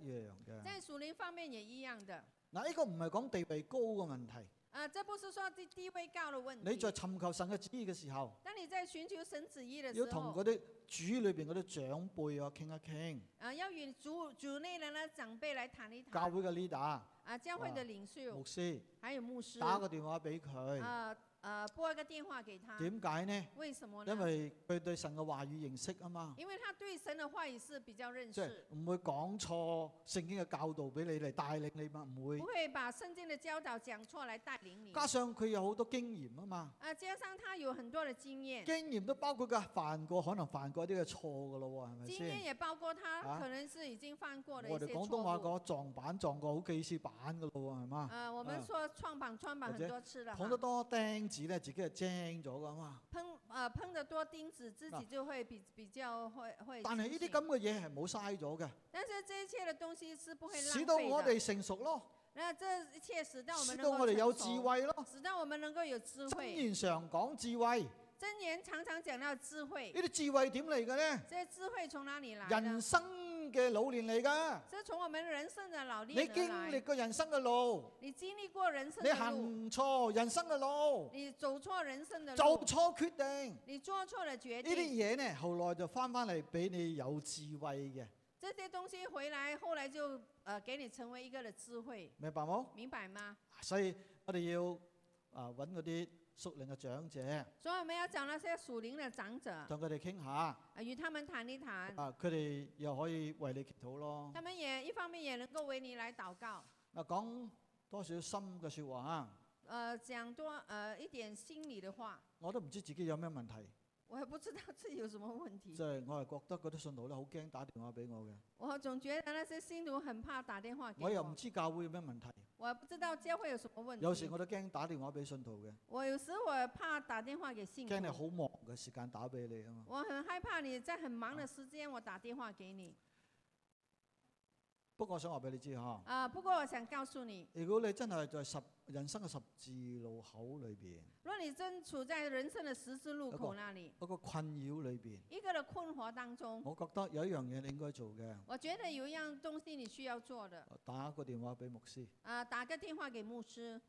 A: 嘅。
B: 在属灵方面也一样的。
A: 嗱，呢個唔係講地位高嘅問題。
B: 啊，这不是说地地位高的问
A: 你在
B: 题。
A: 尋求神嘅旨意嘅時候，
B: 当你在寻求神旨意的
A: 要
B: 时
A: 同嗰
B: 候，
A: 啲主裏邊嗰啲長輩啊傾一傾，
B: 啊，要与主主内人的长辈来谈一
A: 教
B: 谈。
A: 會嘅 leader、
B: 啊，教会
A: 啊
B: 的领袖
A: 牧師
B: 还有牧师。
A: 打
B: 啊
A: 個電話俾佢。
B: 呃，拨一个电话给他。
A: 點解呢？
B: 为什么呢？
A: 因為佢對神嘅話語認識啊嘛，
B: 因为他對神的話語是比較認
A: 即係
B: 識，
A: 唔會講錯聖經嘅教導俾你嚟帶領你嘛，唔會
B: 不。會把聖經的教導講錯來帶領你。
A: 加上佢有好多經驗啊嘛，
B: 啊，加上他有很多的經驗，
A: 經驗都包括佢犯過可能犯過一啲嘅錯嘅咯喎，係咪
B: 經驗
A: 先？
B: 也包括他
A: 啊
B: 可能是已經犯過的一
A: 我
B: 些
A: 哋
B: 錯
A: 廣東話
B: 誤。
A: 講撞板撞過好幾次板嘅咯喎，係嘛？
B: 呃，我
A: 啊
B: 們說撞板撞板
A: 或者
B: 很多次了哈，
A: 捅得多釘子咧，自己係精咗噶嘛。
B: 碰呃碰得多釘子，自己就會比比較會会
A: 但係
B: 警
A: 呢啲
B: 醒。
A: 咁嘅嘢係冇嘥咗
B: 但是這一切的東西是不
A: 嘅，
B: 會
A: 使到我
B: 浪費的。
A: 哋成熟咯，
B: 那這一切使到我
A: 使
B: 們
A: 到
B: 能
A: 我哋有
B: 夠
A: 智
B: 成熟，
A: 慧咯。
B: 使到我們能夠有智
A: 真
B: 慧。
A: 言常講智慧，呢
B: 真言常常講到智慧，
A: 啲智慧點嚟嘅咧？
B: 這智慧從哪裡來的？
A: 人生嘅老練嚟噶，
B: 这从我们人生的老
A: 你
B: 练而
A: 經
B: 来
A: 歷。過人生嘅路，
B: 你经历过人生
A: 你
B: 的路，
A: 行錯人生嘅路，
B: 你走错人生的
A: 做
B: 路，
A: 錯決定。
B: 你做错了决
A: 呢啲
B: 定，
A: 嘢呢，後來就翻翻嚟俾你有智慧嘅，
B: 这些东西回来，后来就呃给你成为一个的智慧，
A: 明白冇？
B: 明白吗？
A: 所以我哋要啊揾嗰啲熟齡嘅長者，
B: 所以我们要找那些属灵的长者，
A: 同佢哋傾下，啊
B: 呃与他们谈一谈，
A: 佢哋又可以為你祈禱咯。
B: 他们也一方面也能够为你来祷告，
A: 嗱，講多少深嘅説話啊，
B: 呃，讲多呃一点心里的话。
A: 我都唔知自己有咩問題，
B: 我也不知道自己有什么問
A: 即
B: 題，
A: 係我係覺得嗰啲信徒咧好驚打電話俾我嘅，
B: 我总觉得那些信徒很怕打电话给
A: 我又
B: 我
A: 唔，知教會有咩問題，
B: 我也不知道教会有什么问题。
A: 有時我都驚打電話俾信徒嘅，
B: 我有时我怕打电话给信徒
A: 驚你，好忙嘅時間打俾你啊嘛。
B: 我很害怕你在很忙的时间我打电话给你
A: 不過我想話俾你知嚇，
B: 啊。不过我想告诉你，
A: 如果你真係在十人生嘅十字路口裏邊。
B: 若你正处在人生的十字路口那里，
A: 嗰個困擾裏邊，
B: 一个的困惑当中，
A: 我覺得有一樣嘢你應該做嘅，
B: 我觉得有一样东西你需要做的
A: 打個電話俾牧師。
B: 啊，打个电话给牧师。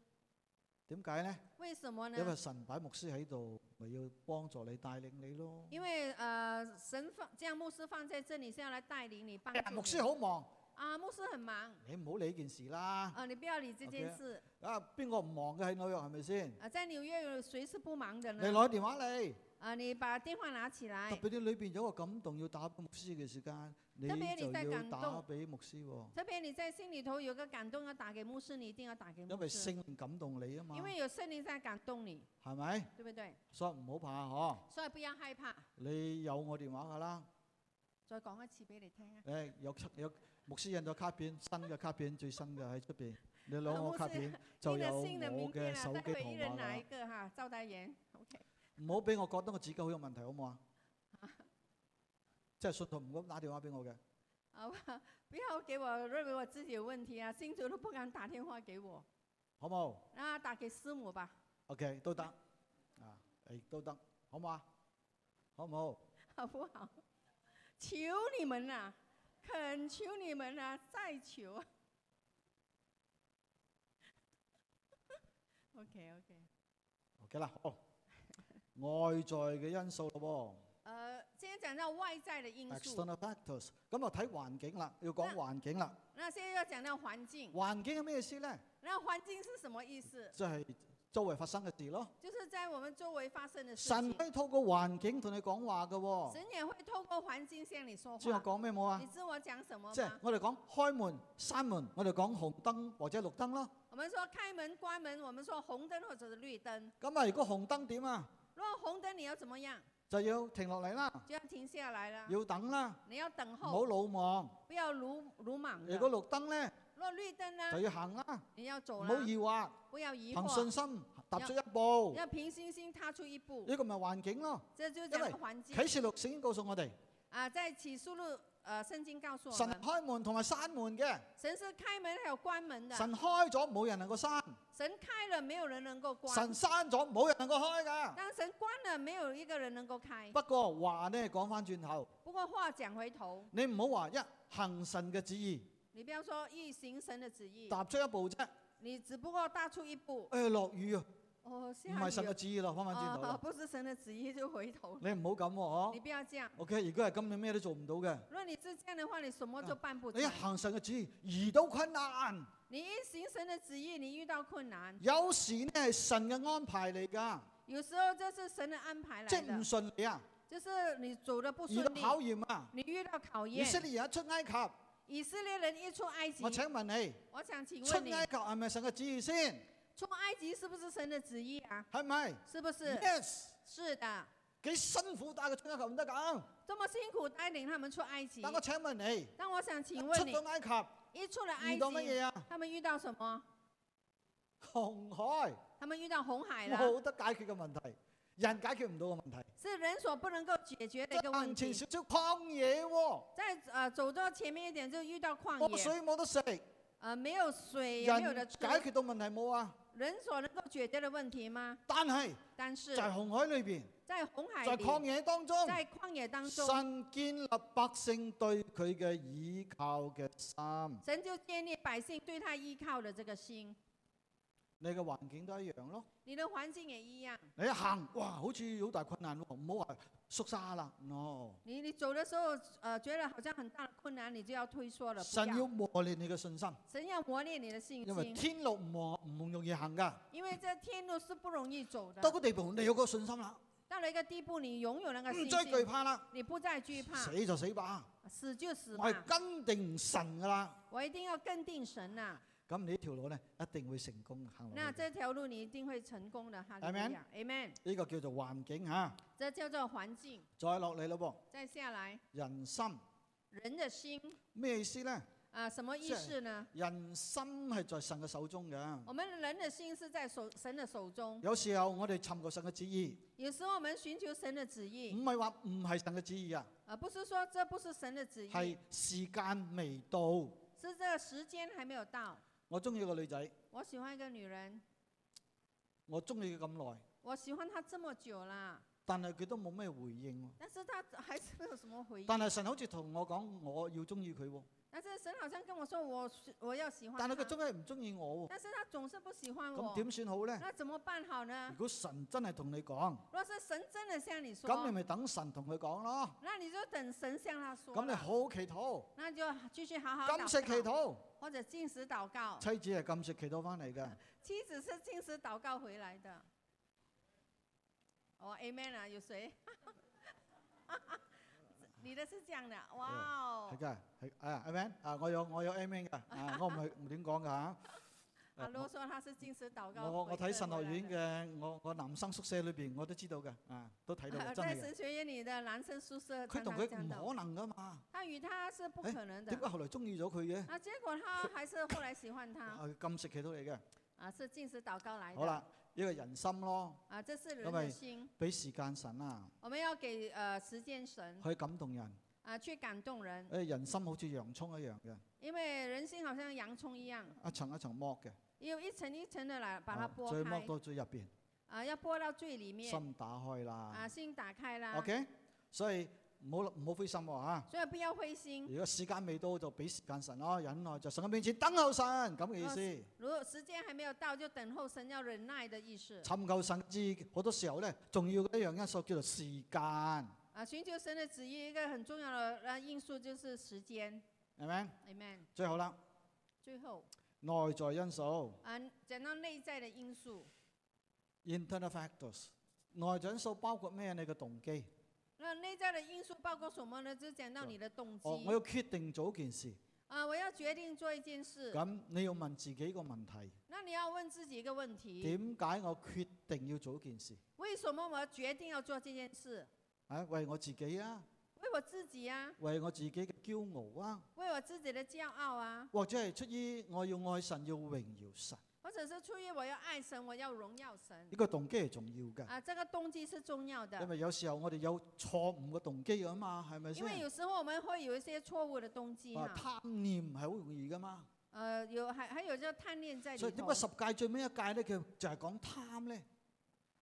A: 點解呢？
B: 为什么
A: 因為
B: 呢？
A: 神擺牧師喺度，咪要幫助你帶領你咯。
B: 因为呃，神放将牧师放在这里是要来带领你、帮
A: 哎呀牧
B: 助
A: 師
B: 你
A: 好忙，
B: 啊。牧师很忙
A: 你唔好理呢件事啦。
B: 啊，你不要理这件
A: OK
B: 事
A: 啊，邊個唔忙嘅喺紐約係咪先？
B: 啊。在纽约有谁是不忙的
A: 你
B: 呢？
A: 攞電話嚟，
B: 啊，你把电话拿起来
A: 特。別你裏邊有個感動要打俾牧師嘅時間，你
B: 特別
A: 就
B: 你在
A: 要
B: 感動
A: 打俾牧師喎，
B: 特别你在心里头有个感动要打给牧师，你一定要打给
A: 因
B: 牧
A: 為
B: 师，
A: 聖靈感動你啊嘛
B: 因，为有圣灵在感动你，
A: 係咪？
B: 对不对？
A: 所以唔好怕嗬，
B: 所以不要害怕。
A: 你有我電話㗎啦。
B: 再讲一次俾你听啊！
A: 诶，有出有牧師印咗卡片，新嘅卡片最新嘅喺出邊，你攞我卡片就
B: 新
A: 有
B: 的
A: 我
B: 新的名
A: 嘅
B: 片啊，
A: 手
B: 待
A: 機
B: 会
A: 號
B: 一
A: 碼
B: 人拿一
A: 啦。
B: 个哈，招待员。OK，
A: 唔好俾我覺得我自己好有問題，好唔好 啊？即係信徒唔好打電話俾我嘅，
B: 好吧，不要给我认为我自己有问题啊，信徒都不敢打电话给我，
A: 好冇
B: 那打给师母吧。
A: ？OK À, 都得啊，誒都得，好唔好啊？好唔好？
B: 好不好？求你们呐、恳求你们呐、再求啊。OK OK，
A: OK 啦，好。外在嘅因素咯
B: 呃，今天讲到外在的因
A: 喎
B: 素，
A: ，external factors。咁啊睇環境啦，要講
B: 那
A: 環境啦。
B: 那现在要讲到环境，
A: 環境係咩意思咧？
B: 那环境是什么意思？
A: 即係周圍發生嘅事咯。
B: 就是在我们周围发生的事
A: 神
B: 情。
A: 可以透過環境同你講話嘅喎。
B: 神也会透过环境向你说
A: 知我
B: 话。
A: 講咩冇啊
B: 你？知我讲什么
A: 即係
B: 吗？
A: 我哋講開門、閂門，我哋講紅燈或者綠燈啦。
B: 我们说开门、关门，我们说红灯或者是绿灯。
A: 咁啊，如果紅燈點啊，
B: 如果红灯，你要怎么样？
A: 就要停落嚟啦，
B: 就要停下来了，
A: 要等啦，
B: 你要等
A: 唔好
B: 候，
A: 魯莽。
B: 不要鲁鲁莽
A: 如
B: 的。
A: 果綠燈咧，
B: 若绿灯呢，
A: 就要行啦，
B: 你要
A: 唔
B: 走
A: 好
B: 了，
A: 疑惑，
B: 不要疑
A: 憑
B: 惑，
A: 信心踏出一步。
B: 要平心心踏出一步。
A: 呢個咪環境咯。
B: 这就
A: 因
B: 讲
A: 为
B: 到环境
A: 啟示錄聖經告訴我哋，
B: 啊，在启示录呃，圣经告诉我
A: 神
B: 们，
A: 開門同埋閂門嘅，
B: 神是开门还有关门的，
A: 神開咗冇人能夠閂，
B: 神开了没有人能够关，
A: 神閂咗冇人能夠開㗎。
B: 但神关了没有一个人能够开。
A: 不過話呢講翻轉頭，
B: 不过话讲回头，
A: 你唔好話一行神嘅旨意，
B: 你不要说一行神的旨意，
A: 踏出一步啫。
B: 你只不过踏出一步。
A: 誒落雨啊，
B: 哦，
A: 唔係
B: 下
A: 神
B: 雨
A: 嘅旨意啦，翻翻轉頭
B: 哦，
A: 啦。
B: 不是神的旨意就回头了，
A: 你唔好咁喎，
B: 你
A: 嗬。
B: 不要这样。
A: OK，如果係今年咩都做唔到嘅，
B: 如果你是这样的话，你什么都办不
A: 你一
B: 成。
A: 行神嘅旨意，遇到困難，
B: 你一行神的旨意，你遇到困难，
A: 有時呢係神嘅安排嚟㗎，
B: 有时候这是神的安排来
A: 即係唔
B: 的，
A: 順利啊，
B: 就是你走的不
A: 遇
B: 顺
A: 到
B: 利，
A: 考驗啊。
B: 你遇到考
A: 以
B: 验。
A: 色列人一出埃及，
B: 以色列人一出埃及
A: 我，請問你。
B: 我想请
A: 出
B: 问你，
A: 埃及係咪神嘅旨意先？
B: 出埃及是不是神的旨意啊？
A: 係咪
B: 是不是？
A: ？Yes，
B: 是的，
A: 幾辛苦帶佢出埃及唔得咁。
B: 这么辛苦带领他们出埃及
A: 但。我請問你，
B: 但我想请
A: 出
B: 问你，
A: 咗埃及
B: 一出了埃
A: 遇到乜
B: 及，
A: 嘢啊？
B: 他们遇到什么？
A: 紅海，
B: 他们遇到红海了，
A: 冇得解決嘅問題，人解決唔到嘅問題。
B: 是人所不能够解决的一个问
A: 行前
B: 题。
A: 少少曠野喎，
B: 再呃走到前面一点，就遇到旷
A: 冇
B: 野，
A: 水冇得食，
B: 呃没有水，也没有
A: 人
B: 的
A: 解
B: 吃，
A: 決到問題冇啊？
B: 人所能够解决的问题吗？
A: 但係
B: 但是
A: 就係紅海裏邊，
B: 在红海
A: 在
B: 里，
A: 曠野當中，
B: 在旷野当中，
A: 神建立百姓對佢嘅倚靠嘅心。
B: 神就建立百姓对他依靠的这个心。
A: 你嘅環境都一樣咯。
B: 你的环境也一样，
A: 你一行，哇，好似好大困難喎，唔好話縮沙啦，no。
B: 你你走的时候，呃，觉得好像很大的困难，你就要退缩了。不
A: 神要
B: 要
A: 磨練你嘅信心，
B: 神要磨练你的信
A: 因為
B: 心，
A: 天路唔磨唔容易行㗎。
B: 因为这天路是不容易走的
A: 到。個地步，你有個信心啦，
B: 到了一个地步，你拥有那个
A: 唔
B: 信
A: 再懼嗯
B: 心，
A: 怕啦，
B: 你不再惧啊怕，
A: 死就死吧，
B: 死就死
A: 我係
B: 吧。
A: 跟定神㗎啦。
B: 我一定要跟定神呐、
A: 咁你呢條路呢，一定會成功行
B: 那
A: 落去。
B: 这条路你一定会成功的。哈利路
A: 嗯 Amen
B: 亚，Amen。
A: 呢個叫做環境吓，
B: 这叫做环境。
A: 再落嚟咯
B: 再下来，
A: 噃，人心
B: 人的心
A: 咩意思呢？
B: 啊、什么意
A: 是
B: 思呢？
A: 人心係在神嘅手中嘅。
B: 我们人的心是在手神的手中。
A: 有時候我哋尋求神嘅旨意，
B: 有时候我们寻求神的旨意，
A: 唔係話唔係神嘅旨意啊。
B: 而不是说这不是神的旨
A: 係
B: 意，
A: 時間未到。
B: 是这个時間還沒有到。
A: 我中意個女仔，
B: 我喜歡一個女人，
A: 我中意佢咁耐，
B: 我喜歡她這麼久啦，
A: 但係佢都冇咩回應喎。
B: 但是她還是沒有什麼回
A: 但
B: 應。
A: 係神好似同我講，我要中意佢喎，
B: 但是神好像跟我說我是我要喜歡
A: 但係佢
B: 她，
A: 真係唔中意我喎，
B: 但是她總是不喜歡
A: 咁
B: 我，
A: 點算好呢？
B: 那怎麼辦好
A: 如
B: 呢？
A: 果神真係同你講，
B: 若是神真的向你
A: 咁你
B: 說，
A: 咪等神同佢講咯。
B: 那你就等神向他說
A: 咁你
B: 啦，
A: 好祈禱，
B: 那你就繼續好好
A: 禁食祈
B: 禱告，
A: 禱，
B: 或者禁食禱告。
A: 妻子係禁食祈禱翻嚟嘅，
B: 妻子是禁食祷告回来的。哦、a m e n 啊，有谁？ 你的是这样的，哇
A: 係
B: 哦！
A: 㗎，係啊，amen 啊，我有我有 amen 㗎，啊，我唔係唔亂講㗎嚇。
B: 阿
A: 誒
B: 罗说他是禁食祷告
A: 呃我我我
B: 回
A: 睇神
B: 正
A: 學
B: 回来
A: 院
B: 的。
A: 嘅，我我男生宿舍裏邊我都知道嘅，啊，都睇到
B: 啊
A: 嘅，真
B: 在
A: 係嘅。
B: 神学院里的男生宿舍，
A: 佢
B: 常
A: 同
B: 常
A: 佢
B: 讲
A: 唔
B: 到，
A: 可能噶嘛，
B: 他与他是不
A: 哎
B: 可能
A: 點解
B: 的。
A: 後來中意咗佢嘅？
B: 啊，结果他还是后来喜欢 他，
A: 啊，禁食祈禱嚟嘅。
B: 啊，是禁食祷告来
A: 好
B: 的。
A: 啦，呢個人心咯，
B: 啊，这是
A: 因
B: 人
A: 为
B: 的心，
A: 俾時間神啊，
B: 我们要给呃时间神
A: 去感動人。
B: 啊，去感动人，
A: 誒，人心好似洋葱一樣嘅，
B: 因为人心好像洋葱一样，
A: 一層一層剝嘅，
B: 要一层一层的来把它
A: 啊
B: 剥
A: 再
B: 开
A: 剝。到最入邊，
B: 啊，要播到最里面，
A: 心打開
B: 啊，
A: 啦。
B: 心打开啦
A: OK，所以唔好唔好灰心喎嚇。
B: 所以不要灰心。
A: 如果時間未到，就俾時間神咯，忍耐，就神嘅面前等候神咁嘅意思。
B: 如果时间还没有到，就等候神，要忍耐的意思。
A: 尋求神知好多時候咧，重要嘅一樣因素叫做時間，
B: 啊，寻求神的旨意，一个很重要的呃因素就是时间。
A: 係咪？
B: Amen。
A: 最後啦，
B: 最后
A: 內在因素。
B: 啊，讲到内在的因素，
A: internal factors。內在因素包括咩？你嘅動機。
B: 那内在的因素包括什么呢？就讲到
A: 对
B: 你的动机。
A: 哦，我要決定做件事，
B: 啊，我要决定做一件事，
A: 咁你要問自己個問題：
B: 那你要问自己一个问题：
A: 點解我決定要做件事？
B: 为什么我决定要做这件事？
A: 啊，為我自己啊，
B: 为我自己啊，
A: 為我自己嘅驕傲啊，
B: 为我自己的骄傲啊，
A: 或者係出於我要愛神，要榮耀神，
B: 或者是出于我要爱神，我要榮耀神
A: 呢、個動機係重要嘅。
B: 啊，这个动机是重要
A: 因
B: 的。
A: 為有時候我哋有錯誤嘅動機噶嘛，係咪
B: 因为
A: 先？
B: 有时候我们会有一些错误的动机
A: 啊，
B: 哈，
A: 貪念係好容易噶嘛，
B: 呃，有还还有这贪恋在
A: 所以
B: 里
A: 點
B: 头
A: 解十戒最尾一戒咧，佢就係講貪咧，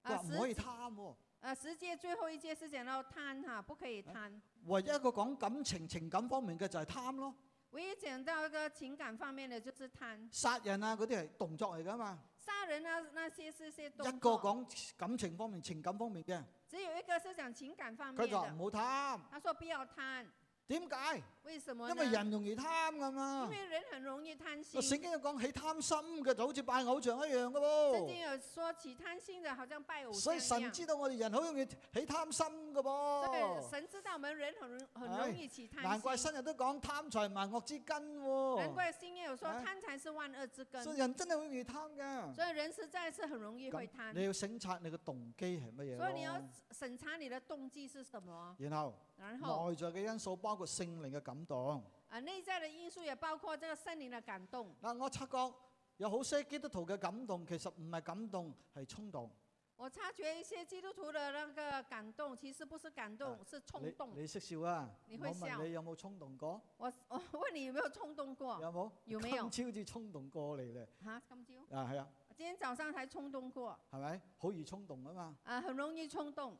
B: 啊，
A: 話唔可以
B: 十
A: 貪喎。
B: 呃十诫最后一诫是讲到贪哈，不可以
A: 啊
B: 贪。
A: 唯一一個講感情情感方面嘅就係貪咯，
B: 唯一讲到一个情感方面的就是贪，
A: 殺人啊嗰啲係動作嚟噶嘛。
B: 杀人啊那些是些
A: 一
B: 动
A: 個
B: 作，
A: 講感情方面、情感方面嘅，
B: 只有一个是讲情感方
A: 佢
B: 面
A: 就話
B: 的。
A: 唔好貪。
B: 他说不要贪，
A: 點解？
B: 为什么呢？
A: 因為人容啊易貪噶嘛
B: 因。为人很容易贪
A: 個
B: 心。
A: 聖經有講起貪心嘅就好似拜偶像一樣噶
B: 曾经
A: 喎。
B: 有说起贪心的，好像拜偶
A: 所以
B: 像一
A: 神
B: 样。
A: 知道我哋人好容易起貪心噶
B: 所以
A: 噃。
B: 神知道我们人很容很
A: 哦哎
B: 容易起贪
A: 難怪
B: 心，
A: 新日都講貪財萬惡之根
B: 难
A: 喎。
B: 怪新约有说
A: 哎
B: 贪财是万恶之根，
A: 所以人真係好容易貪㗎。
B: 所以人实在是很容易会贪。
A: 你要省察你嘅動機係乜嘢
B: 所以你要
A: 咯
B: 审查你的动机是什么，
A: 然後
B: 然后
A: 內在嘅因素包括聖靈嘅感動。
B: 啊内在的因素也包括这个圣灵的感动。
A: 嗱，我察覺有好些基督徒嘅感動，其實唔係感動，係衝動。
B: 我察觉一些基督徒的那个感动，其實不是感动，是冲
A: 你
B: 动。
A: 啊你識笑啊？
B: 你
A: 我
B: 會笑
A: 問你有冇衝動過？
B: 我 我问你有没有冲动过？
A: 有冇？
B: 有沒有
A: 今朝至衝動過嚟咧，
B: 啊，今朝
A: 啊係啊，
B: 今天早上才冲动过
A: 係咪？好易衝動啊嘛！
B: 啊，很容易冲動。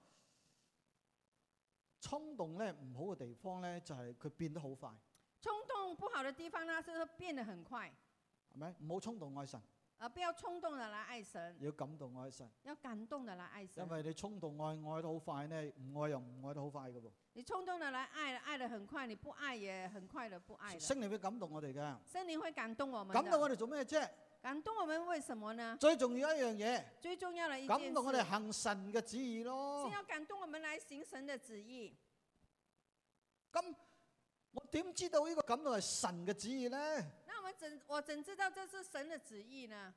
A: 衝動咧唔好嘅地方咧，就係佢變得好快，
B: 冲动不好的地方呢，是变得很快。
A: 係咪？唔好衝動愛神，
B: 啊，不要冲动的来爱神，
A: 要感動愛神，
B: 要感动的来爱神
A: 因。為你衝動愛愛得好快咧，唔愛又唔愛得好快嘅喎。
B: 你冲动的来爱，爱的很快；你不愛也很快的不愛
A: 聖
B: 了。
A: 靈會感動我哋嘅，
B: 圣灵会感動我们
A: 感動
B: 的，
A: 我哋做咩啫？
B: 感動我们為什麼呢？
A: 最重要一樣嘢，
B: 最重要的一件
A: 感動我哋
B: 事
A: 行神嘅旨意
B: 是
A: 咯。
B: 要感動我们来行神的旨意。
A: 咁我點知道呢個感動係神嘅旨意咧？
B: 那我们怎我怎知道这是神的旨意呢？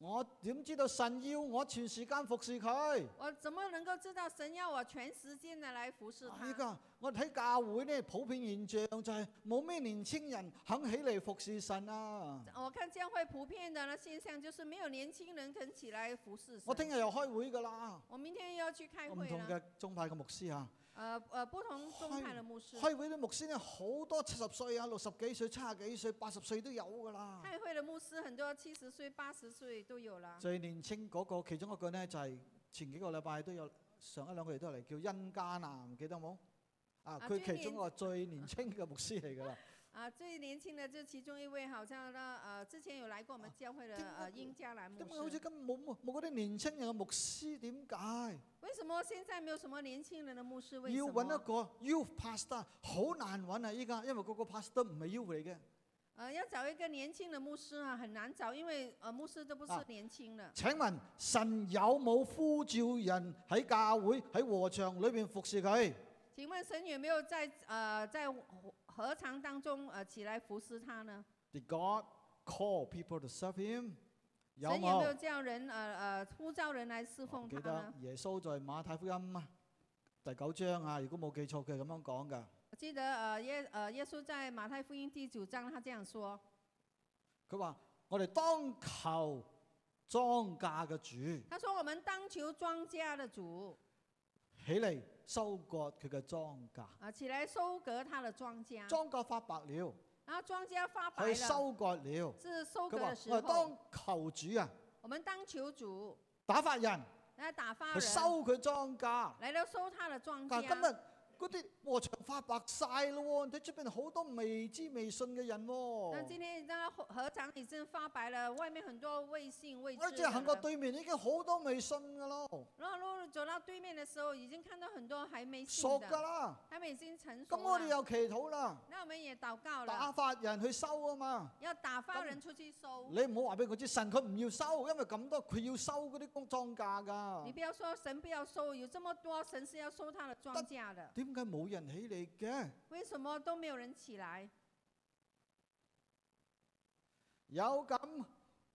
A: 我點知道神要我全時間服侍佢？
B: 我怎么能够知道神要我全时间的来服侍
A: 呢
B: 他？
A: 個我睇教會咧，普遍現象就係冇咩年青人肯起嚟服侍神啊！
B: 我看教会普遍的那现象就是没有年轻人肯起来服侍
A: 我
B: 神。
A: 聽日又開會噶啦，
B: 我明天又要去开
A: 唔
B: 会
A: 同
B: 了。
A: 嘅宗派嘅牧師啊，
B: 呃呃，不同宗派的牧师，
A: 開會啲牧師咧好多七十歲啊、六十幾歲、七十幾歲、八十歲都有噶啦。
B: 开会的牧师很多七十岁、八十岁都有了。
A: 最年青嗰個其中一個咧就係、前幾個禮拜都有，上一兩個月都有嚟叫恩家啊，唔記得冇？啊，
B: 啊
A: 佢
B: 最
A: 其中一個最年青嘅牧師嚟噶 啦。
B: 啊，最年轻的就其中一位，好像呢，呃，之前有来过我们教会的
A: 啊对
B: 呃英加兰牧
A: 點解好似
B: 师。
A: 咁冇冇冇嗰啲年青人嘅牧師？點解？
B: 为什么现在没有什么年轻人的牧师？为
A: 要
B: 什
A: 揾一
B: 么？
A: 個 youth pastor 好難揾啊！依家因為嗰個 pastor 唔係 youth 嚟嘅，
B: 呃，要找一个年轻的牧师啊，很难找，因为呃，牧师都不是
A: 啊
B: 年轻的。
A: 請問神有冇呼召人喺教會喺和場裏面服侍佢？
B: 请问神有没有在呃在合场当中呃起来服侍他呢？
A: Did God call people to serve Him？有哦
B: 神有没有
A: 冇？
B: 叫人呃呃呼召人来侍
A: 我
B: 奉
A: 唔
B: 他
A: 記
B: 呢
A: 得？耶穌在馬太福音啊第九章啊，如果冇記錯，佢係咁樣講㗎。
B: 我记得呃耶呃耶稣在马太福音第九章他这样说，
A: 佢話：我哋當求莊稼嘅主
B: 他说我们当求庄稼的主
A: 起嚟收割佢嘅莊稼，
B: 啊、起来收割他的庄稼，
A: 莊稼發白了，
B: 然后庄稼发白
A: 佢
B: 了，
A: 收割了。
B: 是收割
A: 佢話
B: 的：时
A: 我哋
B: 候，
A: 當求主啊，
B: 我们当求主
A: 打發人
B: 来打发
A: 去
B: 人
A: 收佢莊稼。
B: 来到收他的庄
A: 但
B: 稼。
A: 係今日嗰啲和長發白晒咯喎，你出邊好多未知未信嘅人喎、
B: 那今天让他合合掌已经发白了，外面很多未信未知
A: 我哋
B: 的
A: 只係行過
B: 人。
A: 對面已經好多未信噶咯，
B: 然后路走到对面的时候，已经看到很多还没
A: 熟
B: 信
A: 㗎
B: 的，
A: 啦。
B: 他们已经成熟
A: 咁我哋
B: 了。
A: 又祈禱啦，
B: 那我们也祷告
A: 打
B: 了，
A: 發人去收啊嘛。
B: 要打发
A: 咁
B: 人出去收。
A: 你唔好話俾佢知，神佢唔要收，因為咁多佢要收嗰啲工莊稼㗎。
B: 你不要说神不要收，有这么多神是要收他的庄稼的，
A: 點解冇人起嚟嘅？
B: 为什么都没有人起来？
A: 有咁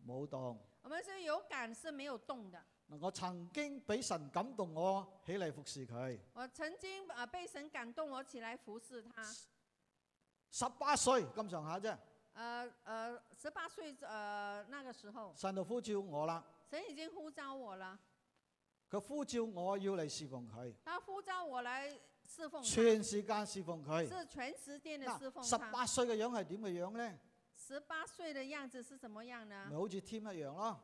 A: 冇動。
B: 我们是有感是没有动的。
A: 嗱，我曾經俾神感動我起嚟服侍佢。
B: 我曾经啊、呃被神感动，我起来服侍他。
A: 十八歲咁上下啫，
B: 呃呃，十八岁呃那个时候，
A: 神就呼召我啦。
B: 神已经呼召我了，
A: 佢呼召我要嚟侍奉佢，
B: 他呼召我来侍奉他，
A: 全時間侍奉佢。
B: 是全时间的侍奉
A: 嗱，十
B: 他。
A: 八歲嘅樣係點嘅樣咧？
B: 十八岁的样子是什么样
A: 咪
B: 呢？
A: 好似 Tim 一樣咯，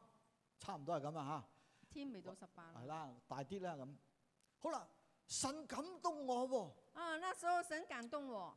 A: 差唔多係咁啊
B: 听没都十八
A: 吓，係
B: 了
A: 啦，大啲啦咁。好啦，神感動我喎，
B: 啊！那时候神感动我，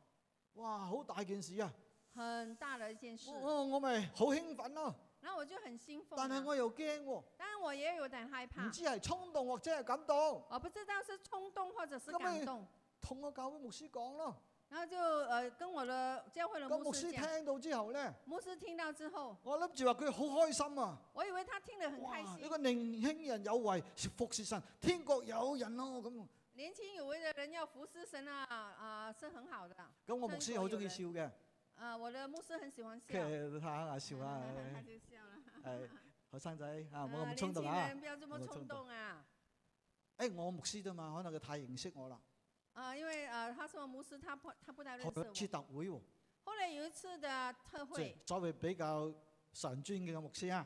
A: 哇，好大件事啊！
B: 很大的一件事
A: 我，我我咪好興奮咯，
B: 那我就很兴奋啊。
A: 但係我又驚喎，
B: 当然我也有点害怕
A: 唔，知係衝動或者係感動，
B: 我不知道是冲动或者是
A: 咁咪
B: 感动，
A: 同我教會牧師講咯。
B: 然后就呃跟我的教会的
A: 個牧
B: 牧
A: 師
B: 师讲，
A: 聽到之後咧，
B: 牧师听到之后，
A: 我諗住話佢好開心啊！
B: 我以为他听得很
A: 哇！
B: 开
A: 呢
B: 心，
A: 個年輕人有為服侍神，天國有人咯咁。
B: 年轻有为的人要服侍神啊啊、是很好的，
A: 咁我牧師好中意笑嘅，
B: 啊我的牧师很喜欢笑，
A: 佢睇下笑 下，
B: 他就笑了，
A: 係後生仔啊，
B: 啊
A: 冇咁
B: 年
A: 衝
B: 轻
A: 動啊！
B: 人不要这么
A: 冇咁
B: 冲
A: 衝動
B: 动啊。
A: 誒，我牧師啫嘛，可能佢太認識我啦，
B: 啊，因为呃，他是我牧师，他不他不太认
A: 學咗
B: 识
A: 次特會喎，
B: 我。后来有一次的特
A: 即係
B: 会，
A: 所謂比較神尊嘅牧師啊。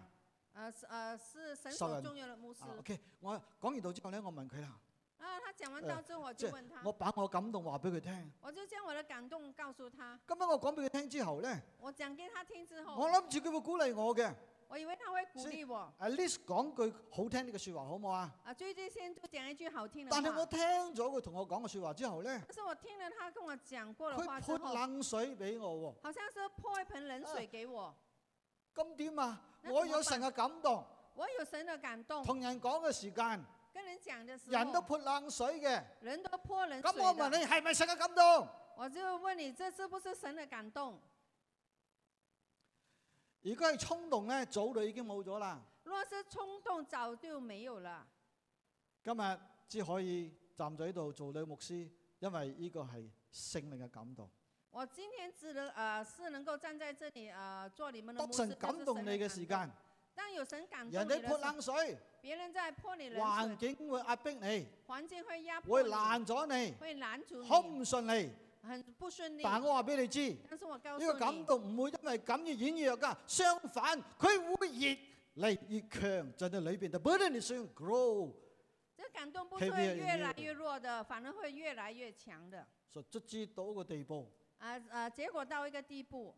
B: 呃是呃是神
A: 受
B: 所
A: 人
B: 重用的牧师
A: 啊。OK，我講完到之後咧，我問佢啦，
B: 啊，他讲完
A: 呃
B: 道之后，我
A: 这
B: 就问他，
A: 我把我感動話俾佢聽。
B: 我就将我的感动告诉他。
A: 咁樣我講俾佢聽之後咧，
B: 我讲给他听之
A: 我
B: 后，
A: 諗住佢會鼓勵我嘅。
B: 我以为他会鼓
A: 所以
B: 励我。
A: at least 講句好聽啲嘅説話好唔好啊？
B: 啊，最最先就讲一句好听的
A: 但係我
B: 话。
A: 聽咗佢同我講嘅説話之後咧，
B: 但是我听了他跟我讲过的话
A: 佢
B: 之
A: 潑
B: 后，
A: 冷水俾我
B: 好像是泼一盆冷
A: 啊
B: 水给我。
A: 喎，咁點啊？
B: 那
A: 我
B: 怎麼
A: 有神嘅感動，
B: 我有神的感动，
A: 嗯同人講嘅時間，
B: 跟人讲的时
A: 人都潑
B: 候，
A: 冷水嘅。
B: 人都泼冷
A: 咁我問
B: 水的。
A: 你係咪神嘅感動？
B: 我就问你，这是不是神的感动？
A: 如果係衝動咧，早就已經冇咗啦。
B: 若是冲动，早就没有了。
A: 今日只可以站咗喺度做女牧師，因為呢個係聖靈嘅感動。
B: 我今天只能呃是能够站在这里呃做你们的
A: 當
B: 牧师，
A: 神感動你嘅時
B: 这是神的感
A: 間
B: 动，，当有神感动
A: 人
B: 你的
A: 哋
B: 时候
A: 潑，冷水，
B: 别人在泼你冷
A: 環
B: 水，
A: 境會壓迫你，
B: 环境会压迫
A: 會
B: 你，
A: 爛咗你。
B: 会拦住
A: 好
B: 你，
A: 唔順利，
B: 很不顺利。
A: 但我話俾你知，呢
B: 但是我告
A: 個
B: 诉
A: 感
B: 你，
A: 動唔會因為咁而軟弱噶，相反佢會越嚟越強，就喺裏邊。The burden is going to grow，
B: 这感动不
A: heavier
B: 是
A: and
B: 会越来
A: heavier
B: 越弱的，反而会越来越强的。
A: 就卒之到一個地步。
B: 啊啊！结果到一个地步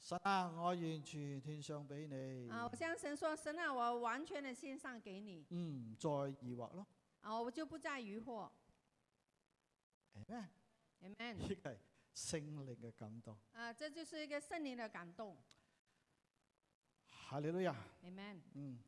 A: 神啊，我完全獻上俾你，
B: 啊，我向神说：“神啊，我完全的献上给你
A: 唔再疑惑咯，
B: 啊，我就不再疑惑。
A: 係咩？
B: ”Amen
A: 呢。個係聖靈嘅感動。
B: 啊，这就是一个圣灵的感动。
A: 哈利路亞，
B: Amen。
A: 嗯，